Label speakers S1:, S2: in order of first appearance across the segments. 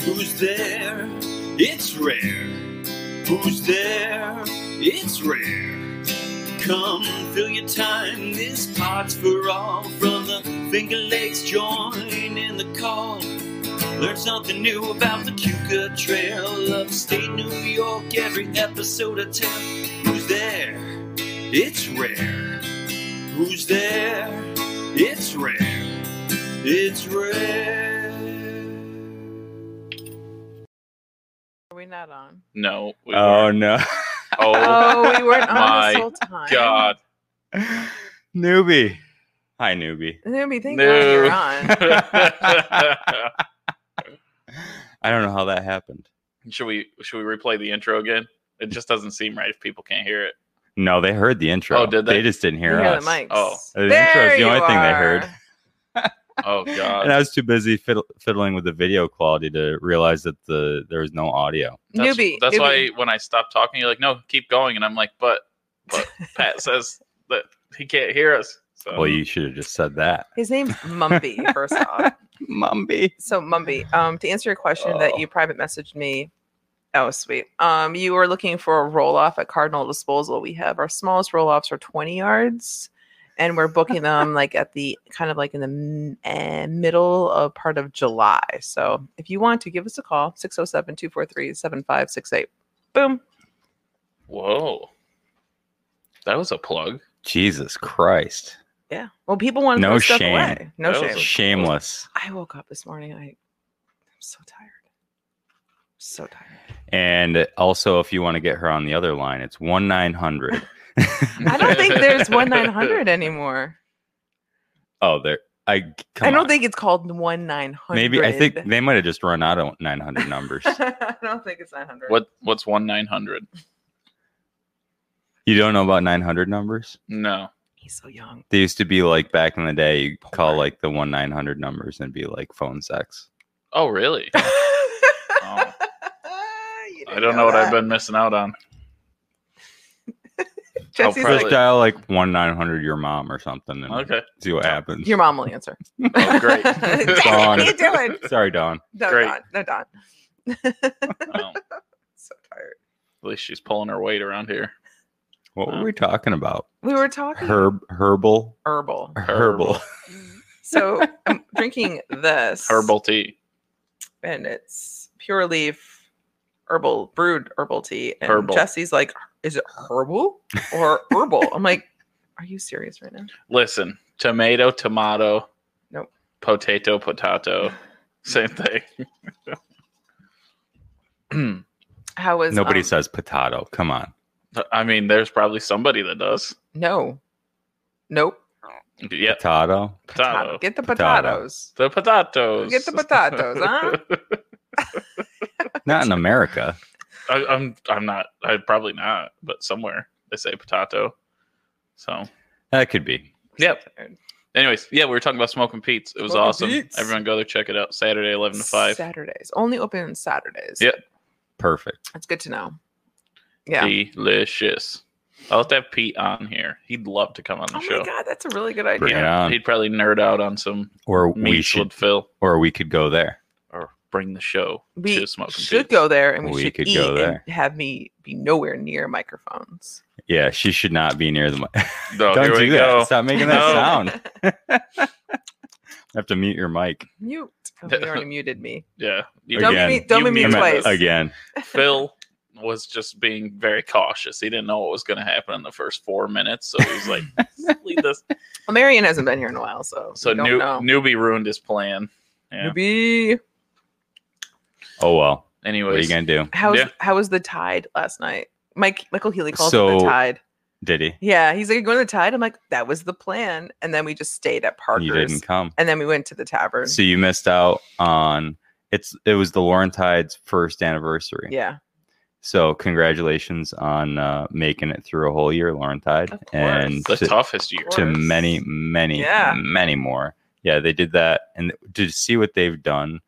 S1: Who's there? It's rare. Who's there? It's rare. Come fill your time. This pot's for all. From the Finger Lakes, join in the call. Learn something new about the Cuca Trail, upstate New York. Every episode of tell. Who's there? It's rare. Who's there? It's rare. It's rare.
S2: Are we not on?
S3: No. We
S4: oh
S3: weren't.
S4: no,
S3: Oh,
S2: Oh, we weren't on
S3: My
S2: this whole time.
S3: God.
S4: newbie. Hi, newbie.
S2: Newbie, thank
S3: No.
S2: God you're on.
S3: should
S4: I don't know how that happened.
S3: we should we replay the intro again? It just doesn't seem right if people can't hear it.
S4: No, they heard the intro.
S3: Oh, did they?
S4: just didn't
S2: You
S4: hear
S2: hear
S4: us.
S2: the mics.
S3: Oh.
S4: The intro's
S2: There
S4: the only
S2: you
S4: thing they
S2: are.
S4: heard.
S3: Oh
S4: And
S3: god.
S4: I was too busy fiddle- fiddling with the video quality to realize that the there was no audio.
S3: That's,
S2: newbie.
S3: That's
S2: newbie.
S3: why when I stopped talking, you're like, no, keep going. And I'm like, but but Pat says that he can't hear us. So
S4: Well, you should have just said that.
S2: His name's Mumby, first off.
S4: Mumby.
S2: So, Mumby, um, to answer your question that
S3: Oh.
S2: you private messaged me, oh, sweet. Um, you were looking for a roll off at Cardinal Disposal. We have our smallest roll offs are 20 yards, and we're booking them like at the kind of like in the m- eh, middle of part of July. So, if you want to give us a call, 607 243 7568. Boom.
S3: Whoa. That was a plug.
S4: Jesus Christ.
S2: Yeah. Well, people want to
S4: No
S2: throw stuff
S4: shame.
S2: away. No
S3: That was
S2: shame.
S3: a-
S4: Shameless.
S2: I woke up this morning. I, I'm so tired. So tired.
S4: And also, if you want to get her on the other line, it's 1 900.
S2: I don't think there's one nine hundred anymore.
S4: Oh, there. I, come
S2: I don't
S4: on.
S2: think it's called one nine hundred.
S4: Maybe I think they might have just run out of 900 numbers.
S2: I don't think it's nine hundred.
S3: What what's one nine hundred?
S4: you don't know about 900 numbers?
S3: No.
S2: He's so young.
S4: They used to be like back in the day, you call like the 1 900 numbers and be like phone sex.
S3: Oh really? Oh.
S2: You
S3: I
S2: didn't
S3: don't know what I've
S2: that.
S3: been missing out on.
S2: Jesse's
S3: proud
S2: like,
S4: Just
S3: Really?
S4: dial like 1 900 your mom or something and
S3: Okay.
S4: see what happens.
S2: your mom will answer.
S3: Oh, great.
S2: Dang it, what are you doing?
S4: Sorry, Don.
S2: No,
S3: Great.
S2: Don. No, Don.
S3: Well, at
S2: So tired.
S3: least she's pulling her weight around here.
S4: What were we talking about?
S2: We were talking
S4: Herb, herbal,
S2: herbal.
S4: herbal.
S2: So I'm drinking this
S3: Herbal tea.
S2: and it's pure leaf herbal brewed herbal tea. And
S3: Herbal.
S2: Jesse's like, is it herbal or herbal? I'm like, are you serious right now?
S3: Listen, tomato, tomato.
S2: Nope.
S3: Potato, potato. Same thing.
S2: How was
S4: Nobody
S2: um,
S4: says potato. Come on.
S3: I mean, there's probably somebody that does.
S2: no, nope.
S3: Yeah,
S4: Potato.
S2: Potato.
S3: potato.
S2: Get the
S4: Potato.
S2: potatoes.
S3: The potatoes.
S2: Get the potatoes, huh?
S4: Not in America.
S3: I, I'm I'm not I probably not, but somewhere they say potato. So
S4: That could be.
S3: Yep. anyways, yeah, we were talking about smoking Pete's. It was
S2: Smoking
S3: awesome.
S2: Pete's.
S3: Everyone go there, check it out. Saturday, eleven to five.
S2: Saturdays only open on Saturdays.
S3: Yeah.
S4: Perfect.
S2: that's good to know. Yeah.
S3: Delicious. I'll have to have Pete on here. He'd love to come on the
S2: oh
S3: show.
S2: my god, that's a really good idea.
S4: Bring it on.
S3: He'd probably nerd out on some
S4: Or Um, we
S3: meats
S4: should
S3: with Phil
S4: or we could go there.
S3: or bring the show
S2: We
S3: to smoking
S2: should
S3: Pete's.
S2: go there and we,
S4: We
S2: should
S4: could
S2: eat
S4: go there.
S2: and have me be nowhere near microphones.
S4: Yeah, she should not be near the mi-
S3: No,
S4: Don't
S3: Oh, here
S4: do
S3: we
S4: that.
S3: go.
S4: Stop making that
S3: No.
S4: sound. have to mute your mic
S2: Mute. Oh, you already muted me.
S3: Yeah. You-
S2: Don't
S4: Again.
S2: be, don't
S3: You
S2: be me
S3: muted
S2: twice.
S3: us.
S4: again.
S3: Phil was just being very cautious. He didn't know what was going to happen in the first four minutes, so he was like, "Leave this."
S2: Well, Marion hasn't been here in a while, so
S3: So
S2: we don't
S3: new,
S2: know.
S3: newbie ruined his plan. Yeah.
S2: Newbie.
S4: Oh well. What are you
S3: Anyways,
S4: gonna do?
S2: How was
S3: Yeah.
S2: how was the tide last night? Mike Michael Healy calls it
S4: So-
S2: the tide.
S4: Did he?
S2: Yeah, he's like going to the tide. I'm like, that was the plan, and then we just stayed at Parker's,
S4: You didn't come.
S2: and then we went to the tavern.
S4: So you missed out on it's it was the Laurentide's first anniversary.
S2: yeah,
S4: So congratulations on uh, making it through a whole year, Laurentide,
S2: Of course.
S4: and
S3: the
S4: to,
S3: toughest year.
S2: course.
S4: to many, many,
S2: Yeah.
S4: many more. Yeah, they did that, and to see what they've done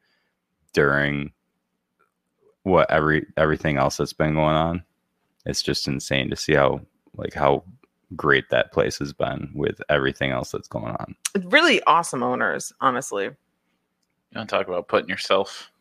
S4: during what every everything else that's been going on, it's just insane to see how like how great that place has been with everything else that's going on.
S2: really awesome owners, honestly.
S3: You want to talk about putting yourself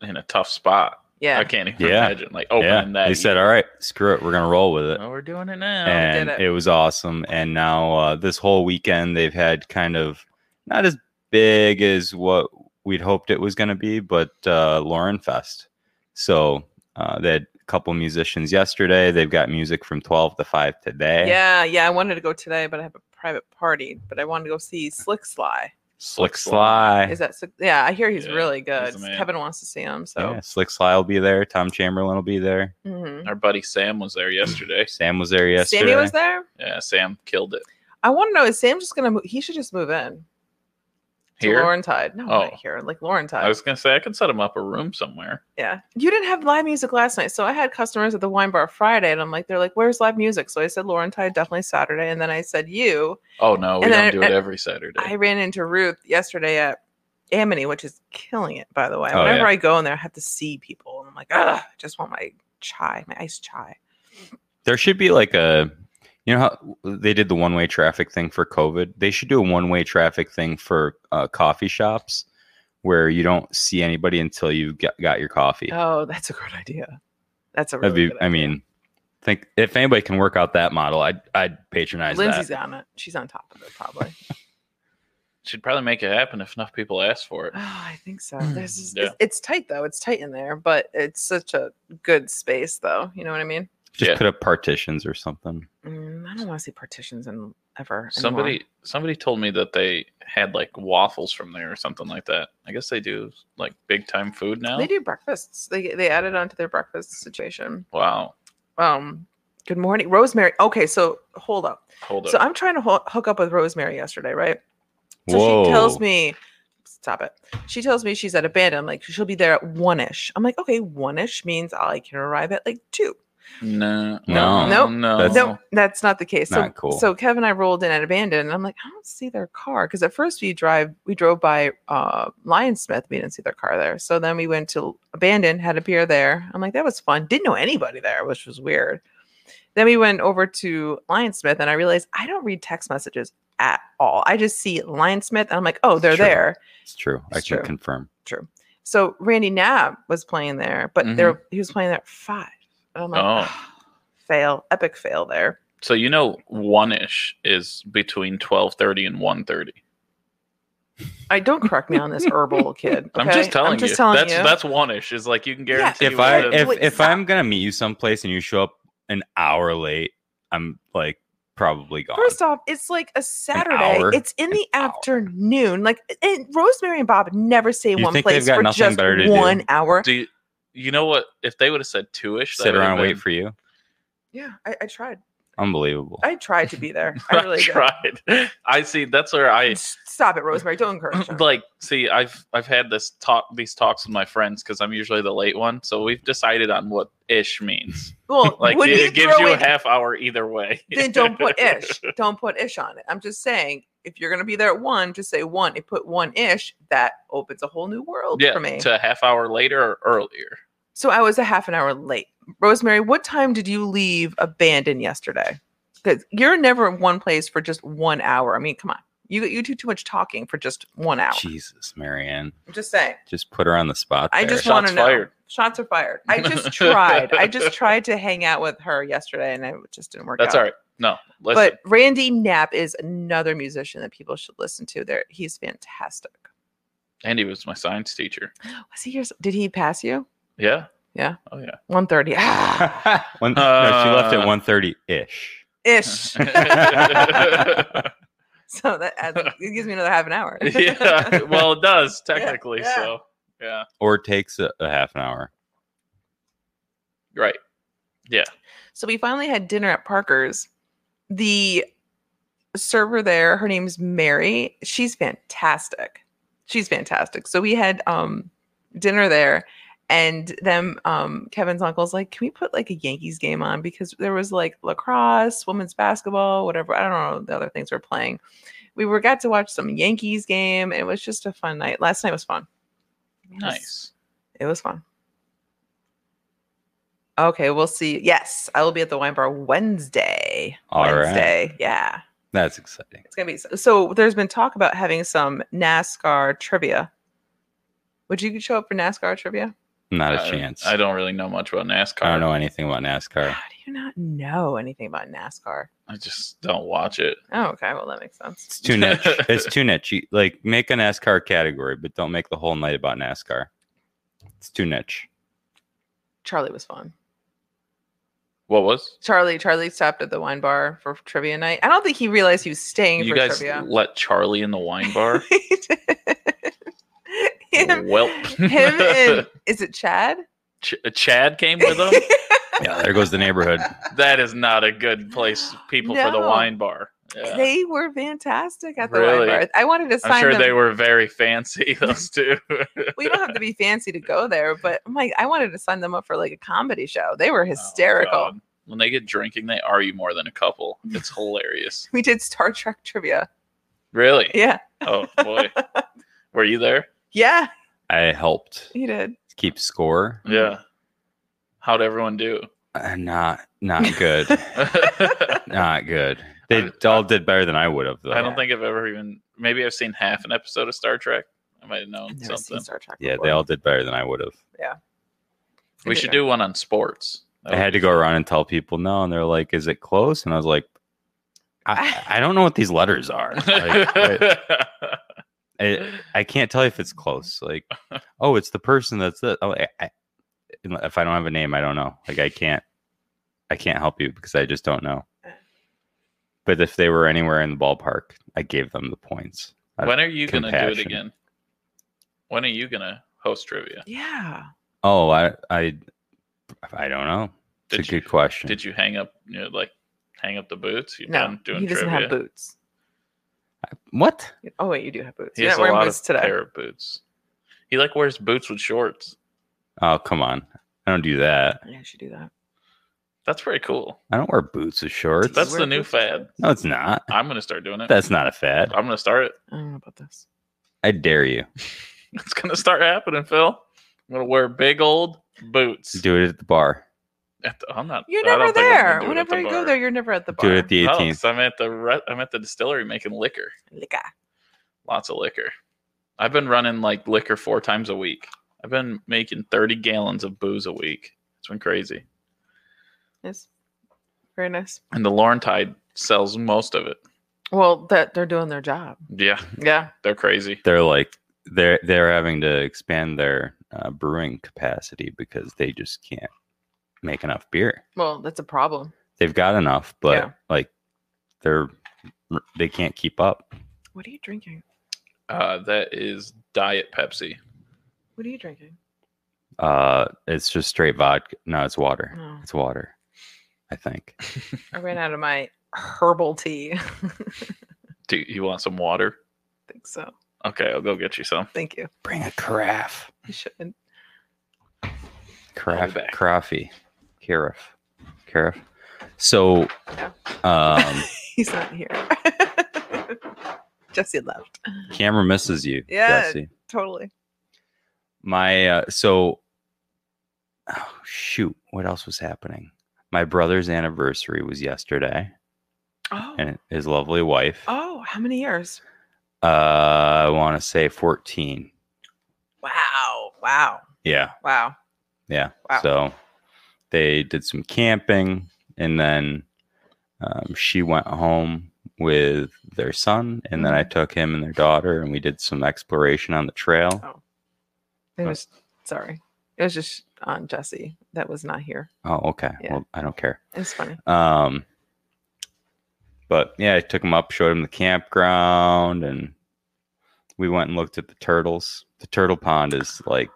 S3: in a tough spot.
S2: Yeah.
S3: I can't even
S4: Yeah.
S3: imagine like opening
S4: yeah,
S3: that.
S4: they said, "All right, screw it, we're gonna roll with it."
S3: oh, we're doing it now.
S4: and
S2: it.
S4: it. was awesome. And now uh, this whole weekend they've had kind of not as big as what we'd hoped it was going to be, but uh, Lauren Fest. So uh, they had a couple musicians yesterday. They've got music from twelve to five today.
S2: Yeah, yeah. I wanted to go today, but I have a private party. But I wanted to go see Slick Sly.
S4: Slick Sly.
S2: Is that Slick? Yeah, I hear he's
S3: Yeah,
S2: really
S3: he's
S2: good.
S3: the man.
S2: Kevin wants to see him, so
S4: Yeah, Slick Sly will be there. Tom Chamberlain will be there.
S2: mhm.
S3: Our buddy Sam was there yesterday.
S4: Sam was there yesterday.
S2: Sammy was there.
S3: Yeah, Sam killed it
S2: I want to know is Sam just gonna? Move, he should just move in to
S3: here.
S2: Laurentide. No, not
S3: Oh.
S2: here, like Laurentide.
S3: I was gonna say I could set him up a room somewhere.
S2: Yeah. You didn't have live music last night. So I had customers at the wine bar Friday and I'm like, they're like, where's live music? So I said Laurentide, definitely Saturday. And then I said you.
S3: Oh no, we
S2: And
S3: don't
S2: then-
S3: do it
S2: and-
S3: every Saturday.
S2: I ran into Ruth yesterday at Amity, which is killing it, by the way.
S4: Oh,
S2: Whenever
S4: yeah.
S2: I go in there, I have to see people. And I'm like, ugh, I just want my chai, my iced chai.
S4: There should be like a, you know how they did the one way traffic thing for COVID. They should do a one way traffic thing for uh, coffee shops, where you don't see anybody until you get, got your coffee.
S2: Oh, that's a good idea. That's a
S4: That'd
S2: really
S4: be.
S2: good
S4: I
S2: idea.
S4: mean, think if anybody can work out that model, I'd I'd patronize
S2: Lindsay's
S4: that.
S2: on it. She's on top of it, probably.
S3: Should probably make it happen if enough people ask for it.
S2: Oh, I think so.
S4: Mm.
S2: There's just,
S3: Yeah.
S2: it's, it's tight though. It's tight in there, but it's such a good space though. You know what I mean?
S4: Just
S3: Yeah.
S4: put up partitions or something.
S2: Mm, I don't want to see partitions in ever. anymore.
S3: Somebody somebody told me that they had like waffles from there or something like that. I guess they do like big time food now.
S2: they do breakfasts. They they added on to their breakfast situation.
S3: Wow.
S2: Um, good morning, Rosemary. Okay, so hold up.
S3: Hold
S2: So
S3: up.
S2: I'm trying to ho- hook up with Rosemary yesterday, right? So
S4: Whoa.
S2: she tells me, stop it. She tells me she's at abandon. Like she'll be there at one ish. I'm like, okay, one ish means I can arrive at like two.
S3: no.
S4: No.
S2: Nope.
S3: No.
S4: That's-
S2: No, that's not the case. So,
S4: Not cool.
S2: So Kevin and I rolled in at Abandon, and I'm like, I don't see their car because at first we drive, we drove by uh, Lionsmith, we didn't see their car there. So then we went to Abandon, had a beer there. I'm like, that was fun. Didn't know anybody there, which was weird. Then we went over to Lionsmith, and I realized I don't read text messages at all. I just see Lionsmith, and I'm like, oh, they're
S4: Sure.
S2: there.
S4: It's true. I
S2: It's
S4: can
S2: true.
S4: confirm.
S2: So Randy Knapp was playing there, but there
S4: Mm-hmm.
S2: he was playing there at five. And I'm like,
S3: Oh.
S2: fail, epic fail there.
S3: So you know one ish is between twelve thirty and one thirty.
S2: I don't correct me on this herbal kid.
S3: I'm
S2: okay?
S3: just telling
S2: I'm just
S3: you.
S2: Telling
S3: that's
S2: you.
S3: that's one ish. Is like you can
S2: Yeah.
S3: guarantee
S4: If
S2: what
S4: I
S2: it
S3: within-
S2: is.
S4: if
S2: Wait,
S4: if
S2: stop.
S4: I'm gonna meet you someplace and you show up an hour late, I'm like probably gone.
S2: First off, it's like a Saturday.
S4: hour.
S2: It's in
S4: An
S2: the
S4: hour.
S2: afternoon. Like and Rosemary and Bob never stay in
S4: You
S2: one
S4: think they've
S2: place
S4: got
S2: for
S4: nothing
S2: just
S4: better to do?
S2: one hour.
S3: do you, you know what? If they would have said two ish,
S4: sit around and wait for you.
S2: yeah, I, I tried.
S4: Unbelievable.
S2: I tried to be there. I
S3: I
S2: really did.
S3: tried. I see. That's where I
S2: Stop it, Rosemary. Don't encourage her.
S3: like. See, I've I've had this talk, these talks with my friends because I'm usually the late one. So we've decided on what ish means.
S2: well,
S3: Like
S2: when
S3: it,
S2: you
S3: it gives
S2: throw
S3: you a
S2: in-
S3: half hour either way.
S2: then don't put ish. Don't put ish on it. I'm just saying, if you're gonna be there at one, just say one. And put one ish. That opens a whole new world
S3: yeah,
S2: for me.
S3: to a half hour later or earlier.
S2: So I was a half an hour late. Rosemary, what time did you leave Abandon yesterday? Because you're never in one place for just one hour. I mean, come on. You you do too much talking for just one hour.
S4: Jesus, Marianne,
S2: I'm just saying.
S4: just put her on the spot.
S2: I
S4: there.
S2: just want to
S3: Shots
S2: know.
S3: fired.
S2: Shots are fired. I just tried. I just tried to hang out with her yesterday, and it just didn't work.
S3: That's
S2: out.
S3: all right. No, listen.
S2: But Randy Knapp is another musician that people should listen to. There, he's fantastic.
S3: Andy was my science teacher.
S2: Was he yours? Did he pass you?
S3: Yeah.
S2: Yeah.
S3: Oh yeah.
S2: One thirty. Ah,
S4: One- no, she left
S3: Uh.
S4: at one thirty ish.
S2: ish. So that adds, it gives me another half an hour.
S3: yeah. Well, it does technically.
S2: yeah.
S3: So yeah.
S4: Or takes a, a half an hour.
S3: Right. Yeah.
S2: so we finally had dinner at Parker's. The server there, her name's Mary. She's fantastic. She's fantastic. So we had um dinner there and then um Kevin's uncle's like, "Can we put like a Yankees game on because there was like lacrosse, women's basketball, whatever. I don't know the other things we're playing." We were got to watch some Yankees game. and It was just a fun night. Last night was fun.
S3: Nice.
S2: It was fun. Okay, we'll see. Yes, I will be at the wine bar Wednesday.
S4: All right.
S2: Wednesday. Yeah.
S4: That's exciting.
S2: It's going to be so, so there's been talk about having some NASCAR trivia. Would you show up for NASCAR trivia?
S4: Not a
S3: I-
S4: chance.
S3: I don't really know much about NASCAR.
S4: I don't know anything about NASCAR.
S2: How do you not know anything about NASCAR?
S3: I just don't watch it.
S2: Oh, okay. Well, that makes sense.
S4: It's too niche. it's too niche. You- Like make a NASCAR category, but don't make the whole night about NASCAR. It's too niche.
S2: Charlie was fun.
S3: What was?
S2: Charlie, Charlie stopped at the wine bar for trivia night. I don't think he realized he was staying
S3: You
S2: for
S3: guys
S2: trivia.
S3: let Charlie in the wine bar?
S2: He did. him,
S3: Welp.
S2: him and is it Chad?
S3: Ch- Chad came with him?
S4: Yeah, there goes the neighborhood.
S3: that is not a good place, people, for the
S2: No.
S3: wine bar. Yeah.
S2: They were fantastic at the
S3: Really?
S2: wine bar. I wanted to sign
S3: I'm sure
S2: them.
S3: they were very fancy, those two.
S2: we don't have to be fancy to go there, but I'm like, I wanted to sign them up for like a comedy show. They were hysterical.
S3: Oh, God. When they get drinking, they argue more than a couple. It's hilarious.
S2: we did Star Trek trivia.
S3: Really?
S2: Yeah.
S3: Oh boy. Were you there?
S2: Yeah,
S4: I helped
S2: he did.
S4: keep score.
S2: Mm-hmm.
S3: Yeah. How'd everyone do?
S4: Uh, not not good.
S3: I
S4: not good. They
S3: I-
S4: all did better than I would have though.
S3: don't think I've ever even maybe I've seen half an episode of Star Trek. I might have known
S2: I've never
S3: something.
S2: seen Star Trek.
S4: Yeah,
S2: before.
S4: they all did better than I would have.
S2: I
S3: We
S2: did
S3: should
S2: that.
S3: do one on sports. That
S4: I
S3: would
S4: had
S3: be
S4: to go
S3: fun.
S4: around and tell people no, and they're like, "Is it close?" And I was like, "I, I don't know what these letters are. Like, I, I, I can't tell you if it's close. Like, oh, it's the person that's the. Oh, I, I, if I don't have a name, I don't know. Like, I can't, I can't help you because I just don't know. But if they were anywhere in the ballpark, I gave them the points. I-
S3: when are you going to do it
S4: compassion.
S3: again? When are you going to host trivia?
S2: Yeah.
S4: Oh, I, I, I don't know. It's
S3: Did
S4: a
S3: you,
S4: good question.
S3: did you hang up, you know, like hang up the boots? You
S2: No,
S3: plan
S2: he doesn't have boots.
S4: what?
S2: Oh wait, you do have boots.
S3: He
S2: You're
S3: has
S2: not
S3: a
S2: wearing
S3: lot
S2: boots
S3: of
S2: today.
S3: pair of boots. He like wears boots with shorts.
S4: Oh, come on. I don't do that.
S2: Yeah, I should do that.
S3: That's pretty cool.
S4: I don't wear boots with shorts.
S3: That's
S2: wear
S3: the new
S2: boots with
S3: fad.
S4: no, it's not.
S3: I'm gonna start doing it.
S4: That's not a fad.
S3: I'm gonna start it.
S2: I don't know about this.
S4: I dare you.
S3: It's gonna start happening, Phil. I'm gonna wear big old boots.
S4: Do it at the bar.
S3: At the- I'm not.
S2: You're
S3: I
S2: never
S3: don't think I'm gonna
S2: there.
S3: do it at
S2: Whenever
S3: the
S2: you
S3: bar.
S2: go there, you're never at the bar.
S4: Do it at the
S3: Oh,
S4: 18th.
S3: so I'm at the re- I'm at the distillery making liquor.
S2: Liquor.
S3: Lots of liquor. I've been running like liquor four times a week. I've been making 30 gallons of booze a week. It's been crazy.
S2: Yes. Very nice.
S3: And the Laurentide sells most of it.
S2: Well, that they're doing their job.
S3: Yeah,
S2: Yeah.
S3: they're crazy.
S4: They're like they're they're having to expand their uh, brewing capacity because they just can't make enough beer.
S2: Well, that's a problem.
S4: They've got enough, but
S2: Yeah.
S4: like they're they can't keep up.
S2: What are you drinking?
S3: Uh, that is Diet Pepsi.
S2: What are you drinking?
S4: Uh, it's just straight vodka. No, it's water.
S2: Oh,
S4: It's water. I think.
S2: I ran out of my herbal tea. I
S3: Do you want some water?
S2: think so.
S3: Okay, I'll go get you some.
S2: Thank you.
S4: Bring a carafe.
S2: You should.
S4: Carafe.
S3: back.
S4: Carafe. Carafe. Carafe. So,
S2: Yeah.
S4: um,
S2: He's not here. Jesse left.
S4: camera misses you,
S2: Yeah.
S4: Jesse.
S2: Totally.
S4: my uh, so oh, shoot what else was happening my brother's anniversary was yesterday
S2: Oh.
S4: and his lovely wife
S2: Oh, how many years?
S4: uh i want to say 14
S2: Wow. Wow.
S4: yeah
S2: Wow.
S4: yeah
S2: Wow.
S4: so they did some camping and then um, she went home with their son and
S2: Mm-hmm.
S4: then i took him and their daughter and we did some exploration on the trail
S2: Oh. It was sorry. It was just on Jesse that was not here.
S4: oh okay
S2: Yeah.
S4: well i don't care
S2: It's funny.
S4: Um, but yeah, I took him up, showed him the campground, and we went and looked at the turtles. The turtle pond is like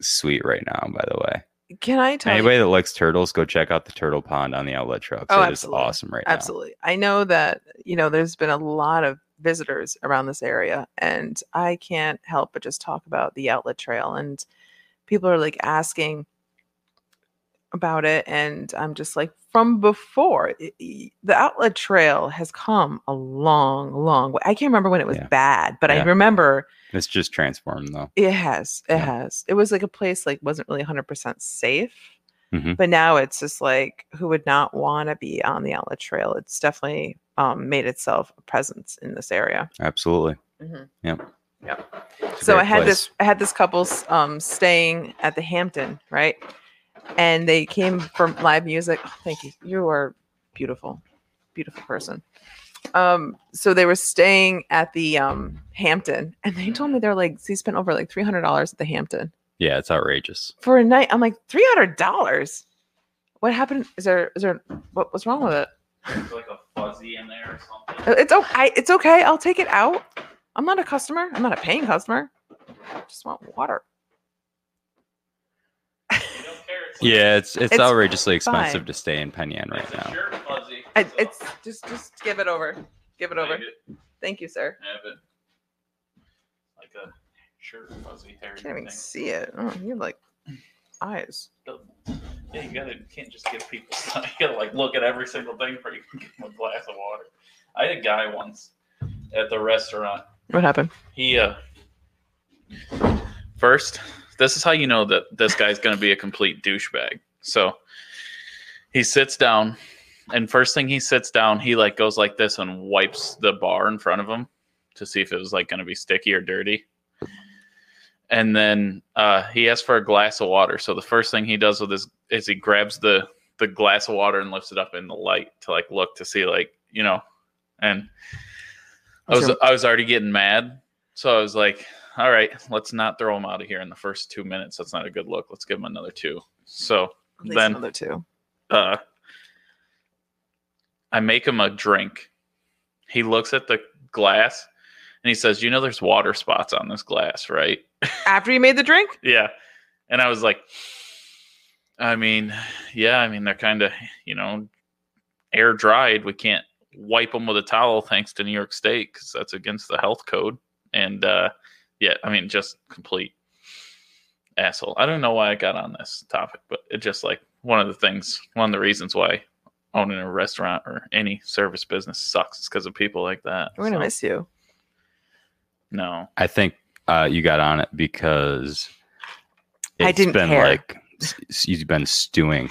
S4: sweet right now, by the way.
S2: Can I tell you?
S4: Anybody that likes turtles, go check out the turtle pond on the outlet trucks.
S2: Oh,
S4: it is
S2: absolutely.
S4: awesome right
S2: Absolutely. I know that, you know, there's been a lot of visitors around this area, and I can't help but just talk about the outlet trail. And people are like asking about it. And I'm just like, from before, i- i- the outlet trail has come a long, long way. I can't remember when it was
S4: Yeah.
S2: bad, but
S4: Yeah.
S2: I remember
S4: now. It's just transformed though.
S2: it has. It
S4: Yeah.
S2: has. It was like a place like wasn't really 100% safe
S4: Mhm.
S2: but now it's just like who would not want to be on the outlet trail it's definitely um, made itself a presence in this area
S4: Absolutely.
S2: Mhm.
S4: Yep. It's a
S2: so
S4: great
S2: I had
S4: place.
S2: this I had this couple um, staying at the Hampton, right? And they came from live music. Oh, thank you. You are beautiful, beautiful person. Um, so they were staying at the um, Hampton, and they told me they're like they spent over like three hundred dollars at the Hampton
S4: Yeah, it's outrageous.
S2: for a night. I'm like three hundred dollars. What happened? Is there is there what was wrong with it? Uh,
S3: like a fuzzy in there or something.
S2: It's okay. It's okay. I'll take it out. I'm not a customer. I'm not a paying customer. I just want water.
S4: Yeah, it's it's,
S2: It's
S4: outrageously expensive
S2: fine.
S4: to stay in Penyan right now.
S2: I, it's just just give it over. Give it over. Thank you, sir.
S3: Like a shirt fuzzy hair.
S2: I can't even see it. Oh, you have like eyes.
S3: Yeah, you gotta you can't just give people stuff. You gotta like look at every single thing before you can give them a glass of water. I had a guy once at the restaurant.
S2: What happened?
S3: He uh first, this is how you know that this guy's gonna be a complete douchebag. So he sits down and first thing he sits down, he like goes like this and wipes the bar in front of him to see if it was like gonna be sticky or dirty. And then uh, he asks for a glass of water. So the first thing he does with his is he grabs the the glass of water and lifts it up in the light to like look to see like you know, and I was
S2: Sure.
S3: I was already getting mad. So I was like, all right, let's not throw him out of here in the first two minutes. That's not a good look. Let's give him another two. So
S2: At least
S3: Then-
S2: another two.
S3: uh, I make him a drink. He looks at the glass and he says, "You know, there's water spots on this glass, right?"
S2: After you made the drink?
S3: Yeah, and I was like, "I mean, yeah, I mean they're kind of, you know, air dried. We can't wipe them with a towel, thanks to New York State, because that's against the health code." And uh, yeah, I mean, just complete asshole. I don't know why I got on this topic, but it just like one of the things, one of the reasons why owning a restaurant or any service business sucks is because of people like that.
S2: We're gonna
S3: So,
S2: miss you.
S3: no.
S4: I think uh, you got on it because
S2: I
S4: it's
S2: didn't
S4: been
S2: care.
S4: like s- s- you've been stewing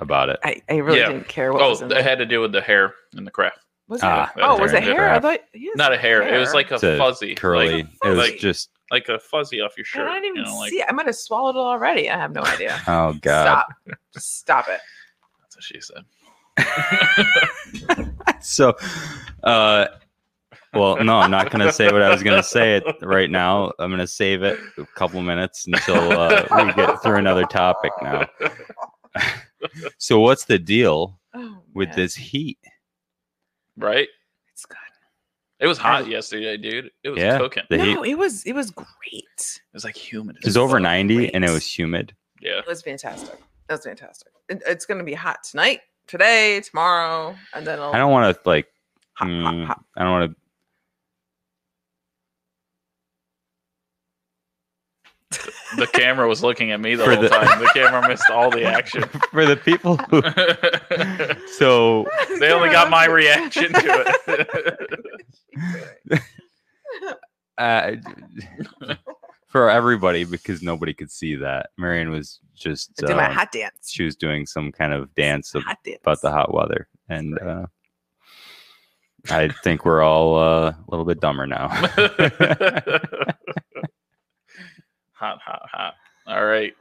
S4: about it.
S2: I, I really
S3: Yeah.
S2: didn't care what
S3: Oh,
S2: was in
S3: it
S2: there.
S3: had to do with the hair and the craft.
S2: Was it?
S4: Ah,
S2: oh, was it
S3: that's
S2: hair? I thought he has
S3: Not a hair. It was like a
S4: It's a
S3: fuzzy,
S4: Curly.
S3: like,
S4: it was
S3: like-
S4: just
S3: like a fuzzy off your
S2: God,
S3: shirt.
S2: I didn't
S3: you
S2: even
S3: know, like,
S2: see it. I might have swallowed it already. I have no idea.
S4: oh god.
S2: Stop. Just stop it.
S3: That's what she said.
S4: So uh well, no, I'm not gonna say what I was gonna say it right now. I'm gonna save it a couple minutes until uh, we get through another topic now. so what's the deal
S2: Oh,
S4: with
S2: man.
S4: this heat?
S3: Right?
S2: It's good.
S3: It was hot yesterday, dude. It was
S4: Yeah.
S3: cooking. It
S4: The heat
S2: no, it was it was great.
S3: was like humid.
S4: it was over
S3: night.
S4: 90 and it
S2: great.
S4: was humid.
S3: Yeah.
S2: It was fantastic. It was fantastic. It- it's going to be hot tonight, today, tomorrow, and then it'll
S4: I don't want to like
S2: hot,
S4: mm,
S2: hot, hot.
S4: I don't want to
S3: The camera was looking at me the
S4: For
S3: whole
S4: the-
S3: time. The camera missed all the action.
S4: for the people who
S3: they
S4: so
S3: only got my reaction to it.
S4: uh, for everybody because nobody could see that Marion was just
S2: Do my
S4: uh,
S2: hot dance.
S4: she was doing some kind of dance ab-
S2: hot dance.
S4: about the hot weather and
S2: Right.
S4: uh, I think we're all uh, a little bit dumber now.
S3: hot, hot, hot. All right.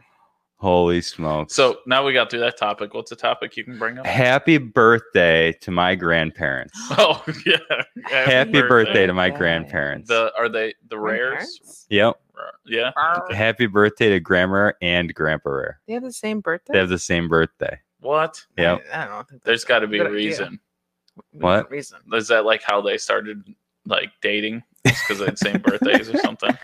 S4: Holy smokes!
S3: So now we got through that topic. What's a topic you can bring up?
S4: happy birthday to my grandparents.
S3: Oh yeah.
S4: Happy birthday, to my
S2: Birthday.
S4: grandparents.
S3: The are they the rares?
S2: Grandparents?
S4: yep.
S3: Ra- Yeah.
S4: Happy birthday to Grandma and Grandpa Rare.
S2: They have the same birthday.
S4: They have the same birthday.
S3: What?
S4: Yep.
S2: I, I don't think
S3: There's got to be
S2: Good
S3: a
S2: idea.
S3: reason.
S4: What?
S2: reason?
S3: Is that like how they started like dating? Because they had same birthdays or something.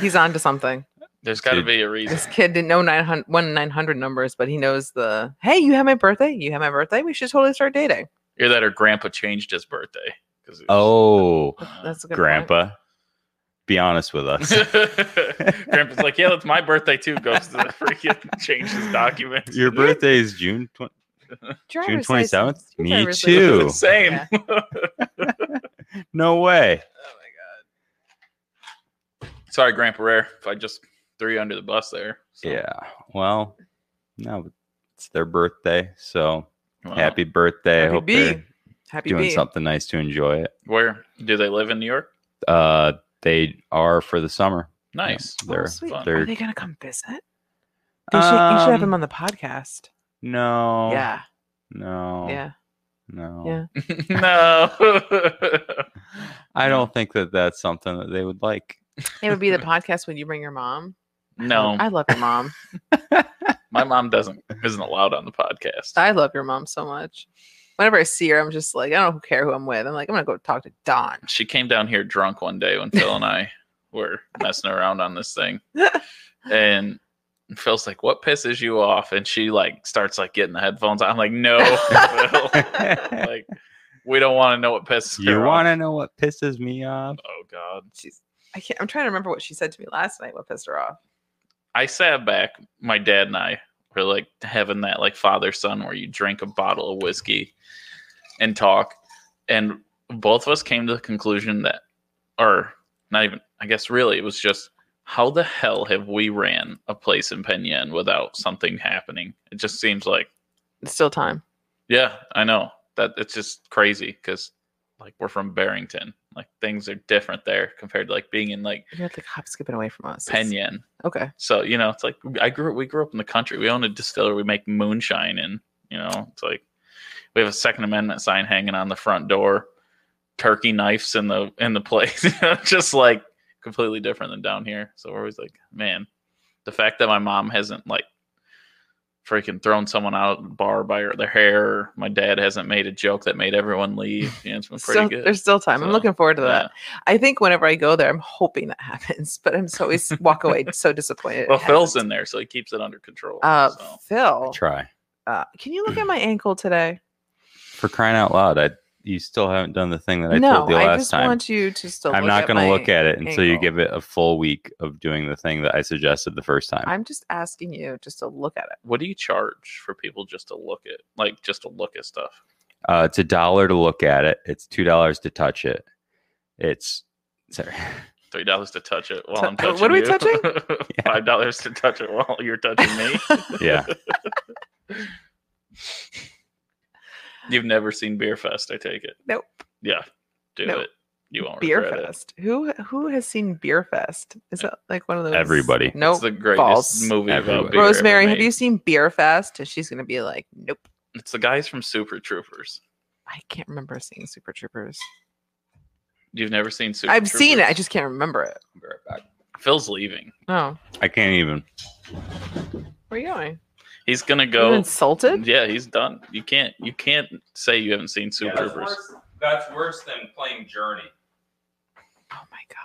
S2: He's on to something.
S3: There's got to
S4: Dude.
S3: be a reason.
S2: This kid didn't know 900, one 900 numbers, but he knows the, hey, you have my birthday? You have my birthday? We should totally start dating.
S3: Either that or Grandpa changed his birthday. 'cause he was-
S4: Oh,
S2: That's a good point.
S4: Grandpa, be honest with us.
S3: Grandpa's like, yeah, that's my birthday too. Goes to the freaking change his documents.
S4: Your birthday is June 20- June
S2: Driver's
S4: 27th?
S2: license. Your
S4: Me
S2: driver's
S4: too.
S2: license.
S3: Same.
S2: Yeah.
S4: No way.
S2: Oh my god.
S3: Sorry, Grandpa Rare, if I just threw you under the bus there. So,
S4: Yeah. Well, no, but it's their birthday. So
S3: well,
S4: happy birthday. I
S2: Happy
S4: hope
S2: B.
S4: they're
S2: Happy
S4: doing
S2: B.
S4: something nice to enjoy it.
S3: Where do they live in New York?
S4: Uh, they are for the summer. Yeah,
S3: Nice.
S4: they're
S2: oh, sweet.
S3: fun.
S2: Are
S4: they're-
S2: they gonna come visit? They should, you should have
S4: Um, oh,
S2: him on the podcast.
S4: No.
S2: yeah,
S4: No.
S2: yeah.
S4: No.
S2: Yeah.
S3: no.
S4: I don't think that that's something that they would like.
S2: It would be the podcast when you bring your mom.
S4: Oh.
S3: no.
S2: I love your mom.
S3: My mom doesn't isn't allowed on the podcast.
S2: I love your mom so much. Whenever I see her, I'm just like, I don't care who I'm with. I'm like, I'm gonna go talk to Don.
S3: she came down here drunk one day when Phil and I were messing around on this thing. And Phil's like, What pisses you off? And she like starts like getting the headphones on. I'm like, No, Phil. like, we don't want to know what pisses
S4: you
S3: her
S4: want to
S3: off.
S4: know what pisses me off?
S3: Oh God.
S2: She's. I can't. I'm trying to remember what she said to me last night. What pissed her off?
S3: I sat back, my dad and I were like having that like father son where you drink a bottle of whiskey and talk. And both of us came to the conclusion that or not even I guess really it was just how the hell have we ran a place in Penyon without something happening? It just seems like
S2: It's still time.
S3: yeah, I know. That it's just crazy because like we're from Barrington. Like things are different there compared to like being in like
S2: You're like hop skipping away from us. It's-
S3: Penyon.
S2: Okay.
S3: So you know, it's like I grew. We grew up in the country. We own a distillery. We make moonshine, and you know, it's like we have a Second Amendment sign hanging on the front door. Turkey knives in the in the place, you know, just like completely different than down here. So we're always like, man, the fact that my mom hasn't like freaking thrown someone out at the bar by her, their hair. Or my dad hasn't made a joke that made everyone leave. You know, it's been pretty
S2: Still,
S3: good.
S2: there's still time. I'm
S3: So,
S2: looking forward to
S3: Yeah.
S2: that. I think whenever I go there, I'm hoping that happens, but I'm so always walk away so disappointed. it
S3: Well, Phil's
S2: hasn't.
S3: in there, so he keeps it under control.
S2: Uh,
S3: so.
S2: Phil,
S4: Try.
S2: uh, can you look at my ankle today?
S4: For crying out loud, I you still haven't done the thing that I
S2: no,
S4: told you
S2: I
S4: last
S2: just
S4: time.
S2: want you to still.
S4: I'm
S2: look
S4: not
S2: at
S4: going to
S2: my-
S4: look at it until you
S2: ankle.
S4: give it a full week of doing the thing that I suggested the first time.
S2: I'm just asking you just to look at it.
S3: what do you charge for people just to look at like just to look at stuff
S4: Uh, it's a dollar to look at it. It's two dollars to touch it. It's sorry.
S3: three dollars to touch it while
S2: Tou-
S3: i'm touching
S2: what are we
S3: you.
S2: touching?
S3: five dollars to touch it while you're touching me
S4: yeah.
S3: you've never seen beer fest i take it
S2: Nope.
S3: yeah do
S2: Nope.
S3: it you won't
S2: Beer
S3: regret it
S2: Fest. Who who has seen Beer Fest? Is that like one of those?
S4: E Everybody.
S2: Nope.
S3: it's the greatest
S2: false.
S3: movie
S4: Everywhere.
S3: about beer
S2: Rosemary,
S3: ever
S2: have
S3: made.
S2: you seen Beer Fest? And she's gonna be like, nope.
S3: it's the guys from super troopers
S2: I can't remember seeing Super Troopers.
S3: you've never seen super
S2: I've seen it. I
S3: Troopers?
S2: just can't remember it.
S4: I'll be right back.
S3: phil's leaving
S2: Oh,
S4: I can't even.
S2: where are you going?
S3: he's gonna
S2: You
S3: go
S2: insulted?
S3: yeah he's done you can't you can't say you haven't seen super troopers
S4: that's worse than playing Journey.
S2: Oh my god.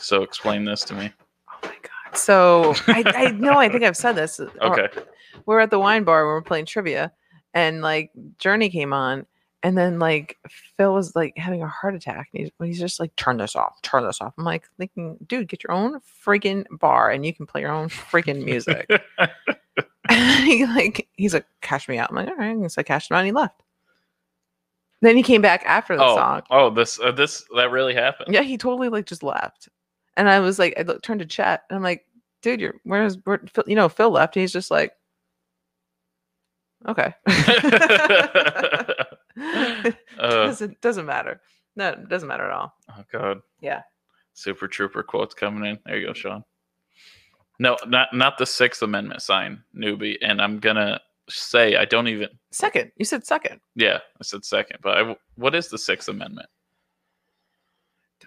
S3: so explain this to me
S2: Oh my god. So I, I know I think I've said this. uh, or-
S3: okay
S2: we were at the wine bar when we were playing trivia, and like Journey came on, and then like Phil was like having a heart attack, and he's, when he's just like, "Turn this off, turn this off." I'm like thinking, "Dude, get your own friggin' bar, and you can play your own friggin' music." and he like he's like, "Cash me out." I'm like, "All right," and so I cashed him out, and he left. Then he came back after the
S3: oh
S2: song.
S3: oh this uh, this that really happened
S2: Yeah, he totally like just left. And I was like, I look, turned to chat and I'm like, dude, you're where's where, Phil, you know, Phil left. And he's just like, okay.
S3: Uh,
S2: doesn't, doesn't matter. No, it doesn't matter at all.
S3: Oh god.
S2: Yeah.
S3: Super Trooper quotes coming in. There you go, Sean. No, not not the Sixth Amendment sign, newbie. And I'm gonna say I don't even.
S2: Second, you said second.
S3: Yeah, I said second, but I, what is the Sixth Amendment?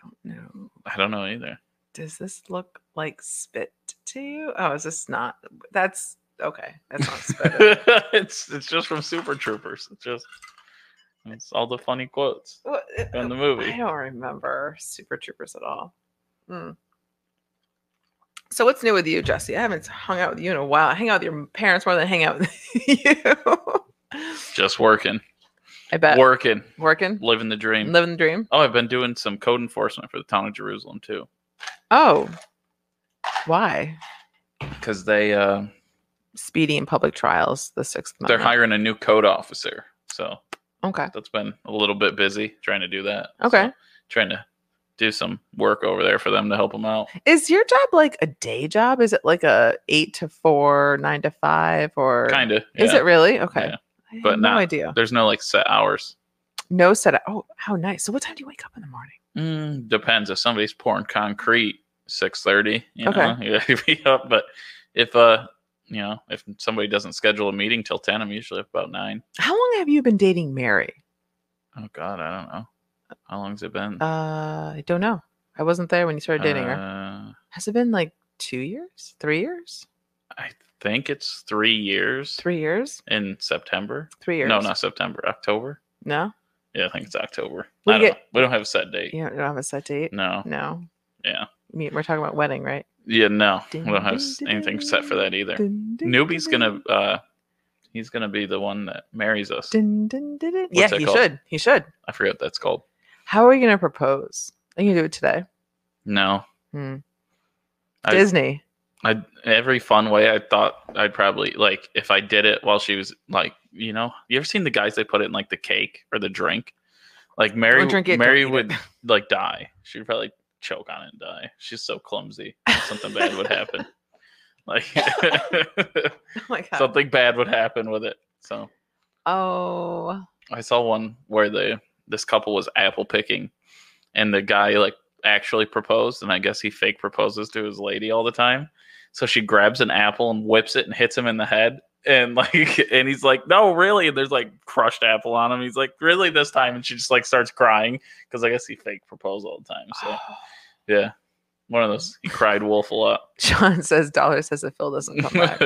S2: Don't know.
S3: I don't know either.
S2: Does this look like spit to you? Oh, is this not? That's okay. That's not spit. is it?
S3: it's it's just from Super Troopers. It's just it's all the funny quotes
S2: What-
S3: from the
S2: I
S3: movie.
S2: don't remember Super Troopers at all. Mm. So what's new with you, Jesse? I haven't hung out with you in a while. I hang out with your parents more than I hang out with you.
S3: Just working,
S2: I bet
S3: working,
S2: working,
S3: living the dream.
S2: living the dream.
S3: oh, I've been doing some code enforcement for the town of Jerusalem too.
S2: Oh, why
S3: because they uh,
S2: speedy in public trials? The sixth.
S3: they're
S2: Amendment.
S3: hiring a new code officer. So
S2: Okay.
S3: that's been a little bit busy trying to do that.
S2: Okay.
S3: So, trying to do some work over there for them to help them out.
S2: Is your job like a day job? Is it like a eight to four, nine to five, or
S3: Kind of.
S2: Is it really okay?
S3: Yeah.
S2: I had
S3: But
S2: no
S3: not-
S2: idea.
S3: There's no like set hours.
S2: No set. Oh, how nice. So what time do you wake up in the morning?
S3: Mm, depends if somebody's pouring concrete six thirty. You
S2: Okay.
S3: know, you gotta be up. But if uh, you know, if somebody doesn't schedule a meeting till ten, I'm usually up about nine.
S2: How long have you been dating Mary?
S3: Oh God, I don't know. How long's it been?
S2: Uh, I don't know. I wasn't there when you started dating her.
S3: Uh,
S2: Has it been like two years, three years,
S3: I think it's three years.
S2: three years,
S3: in September.
S2: three years?
S3: No, not September. October.
S2: no.
S3: Yeah, I think it's October.
S2: We
S3: I don't
S2: get-
S3: know. We don't have a set date.
S2: You don't have a set date.
S3: No.
S2: No.
S3: Yeah.
S2: I mean, we're talking about wedding, right?
S3: Yeah, no.
S2: Dun,
S3: we don't have
S2: dun,
S3: s-
S2: dun,
S3: anything set for that either.
S2: Dun, dun,
S3: Newbie's
S2: dun,
S3: gonna uh he's gonna be the one that marries us.
S2: dun, dun, dun, dun.
S3: What's
S2: Yeah,
S3: that
S2: he
S3: called?
S2: should. He should.
S3: I forget what that's called.
S2: How are you gonna propose? Are you gonna do it today?
S3: No.
S2: Hmm.
S3: I-
S2: Disney.
S3: I every fun way I thought I'd probably like if I did it while she was like, you know, you ever seen the guys they put it in like the cake or the drink? Like Mary
S2: Don't drink it, don't
S3: Mary
S2: eat it.
S3: would like die. She'd probably choke on it and die. She's so clumsy. Something bad would happen. Like
S2: Oh my god.
S3: something bad would happen with it. So
S2: Oh.
S3: I saw one where the this couple was apple picking, and the guy like actually proposed, and I guess he fake proposes to his lady all the time. So she grabs an apple and whips it and hits him in the head, and like, and he's like, "No, really?" And there's like crushed apple on him. He's like, "Really?" This time, and she just like starts crying because I guess he fake proposed all the time. So yeah, one of those. He cried wolf a lot.
S2: Sean says dollar says if Phil doesn't come back.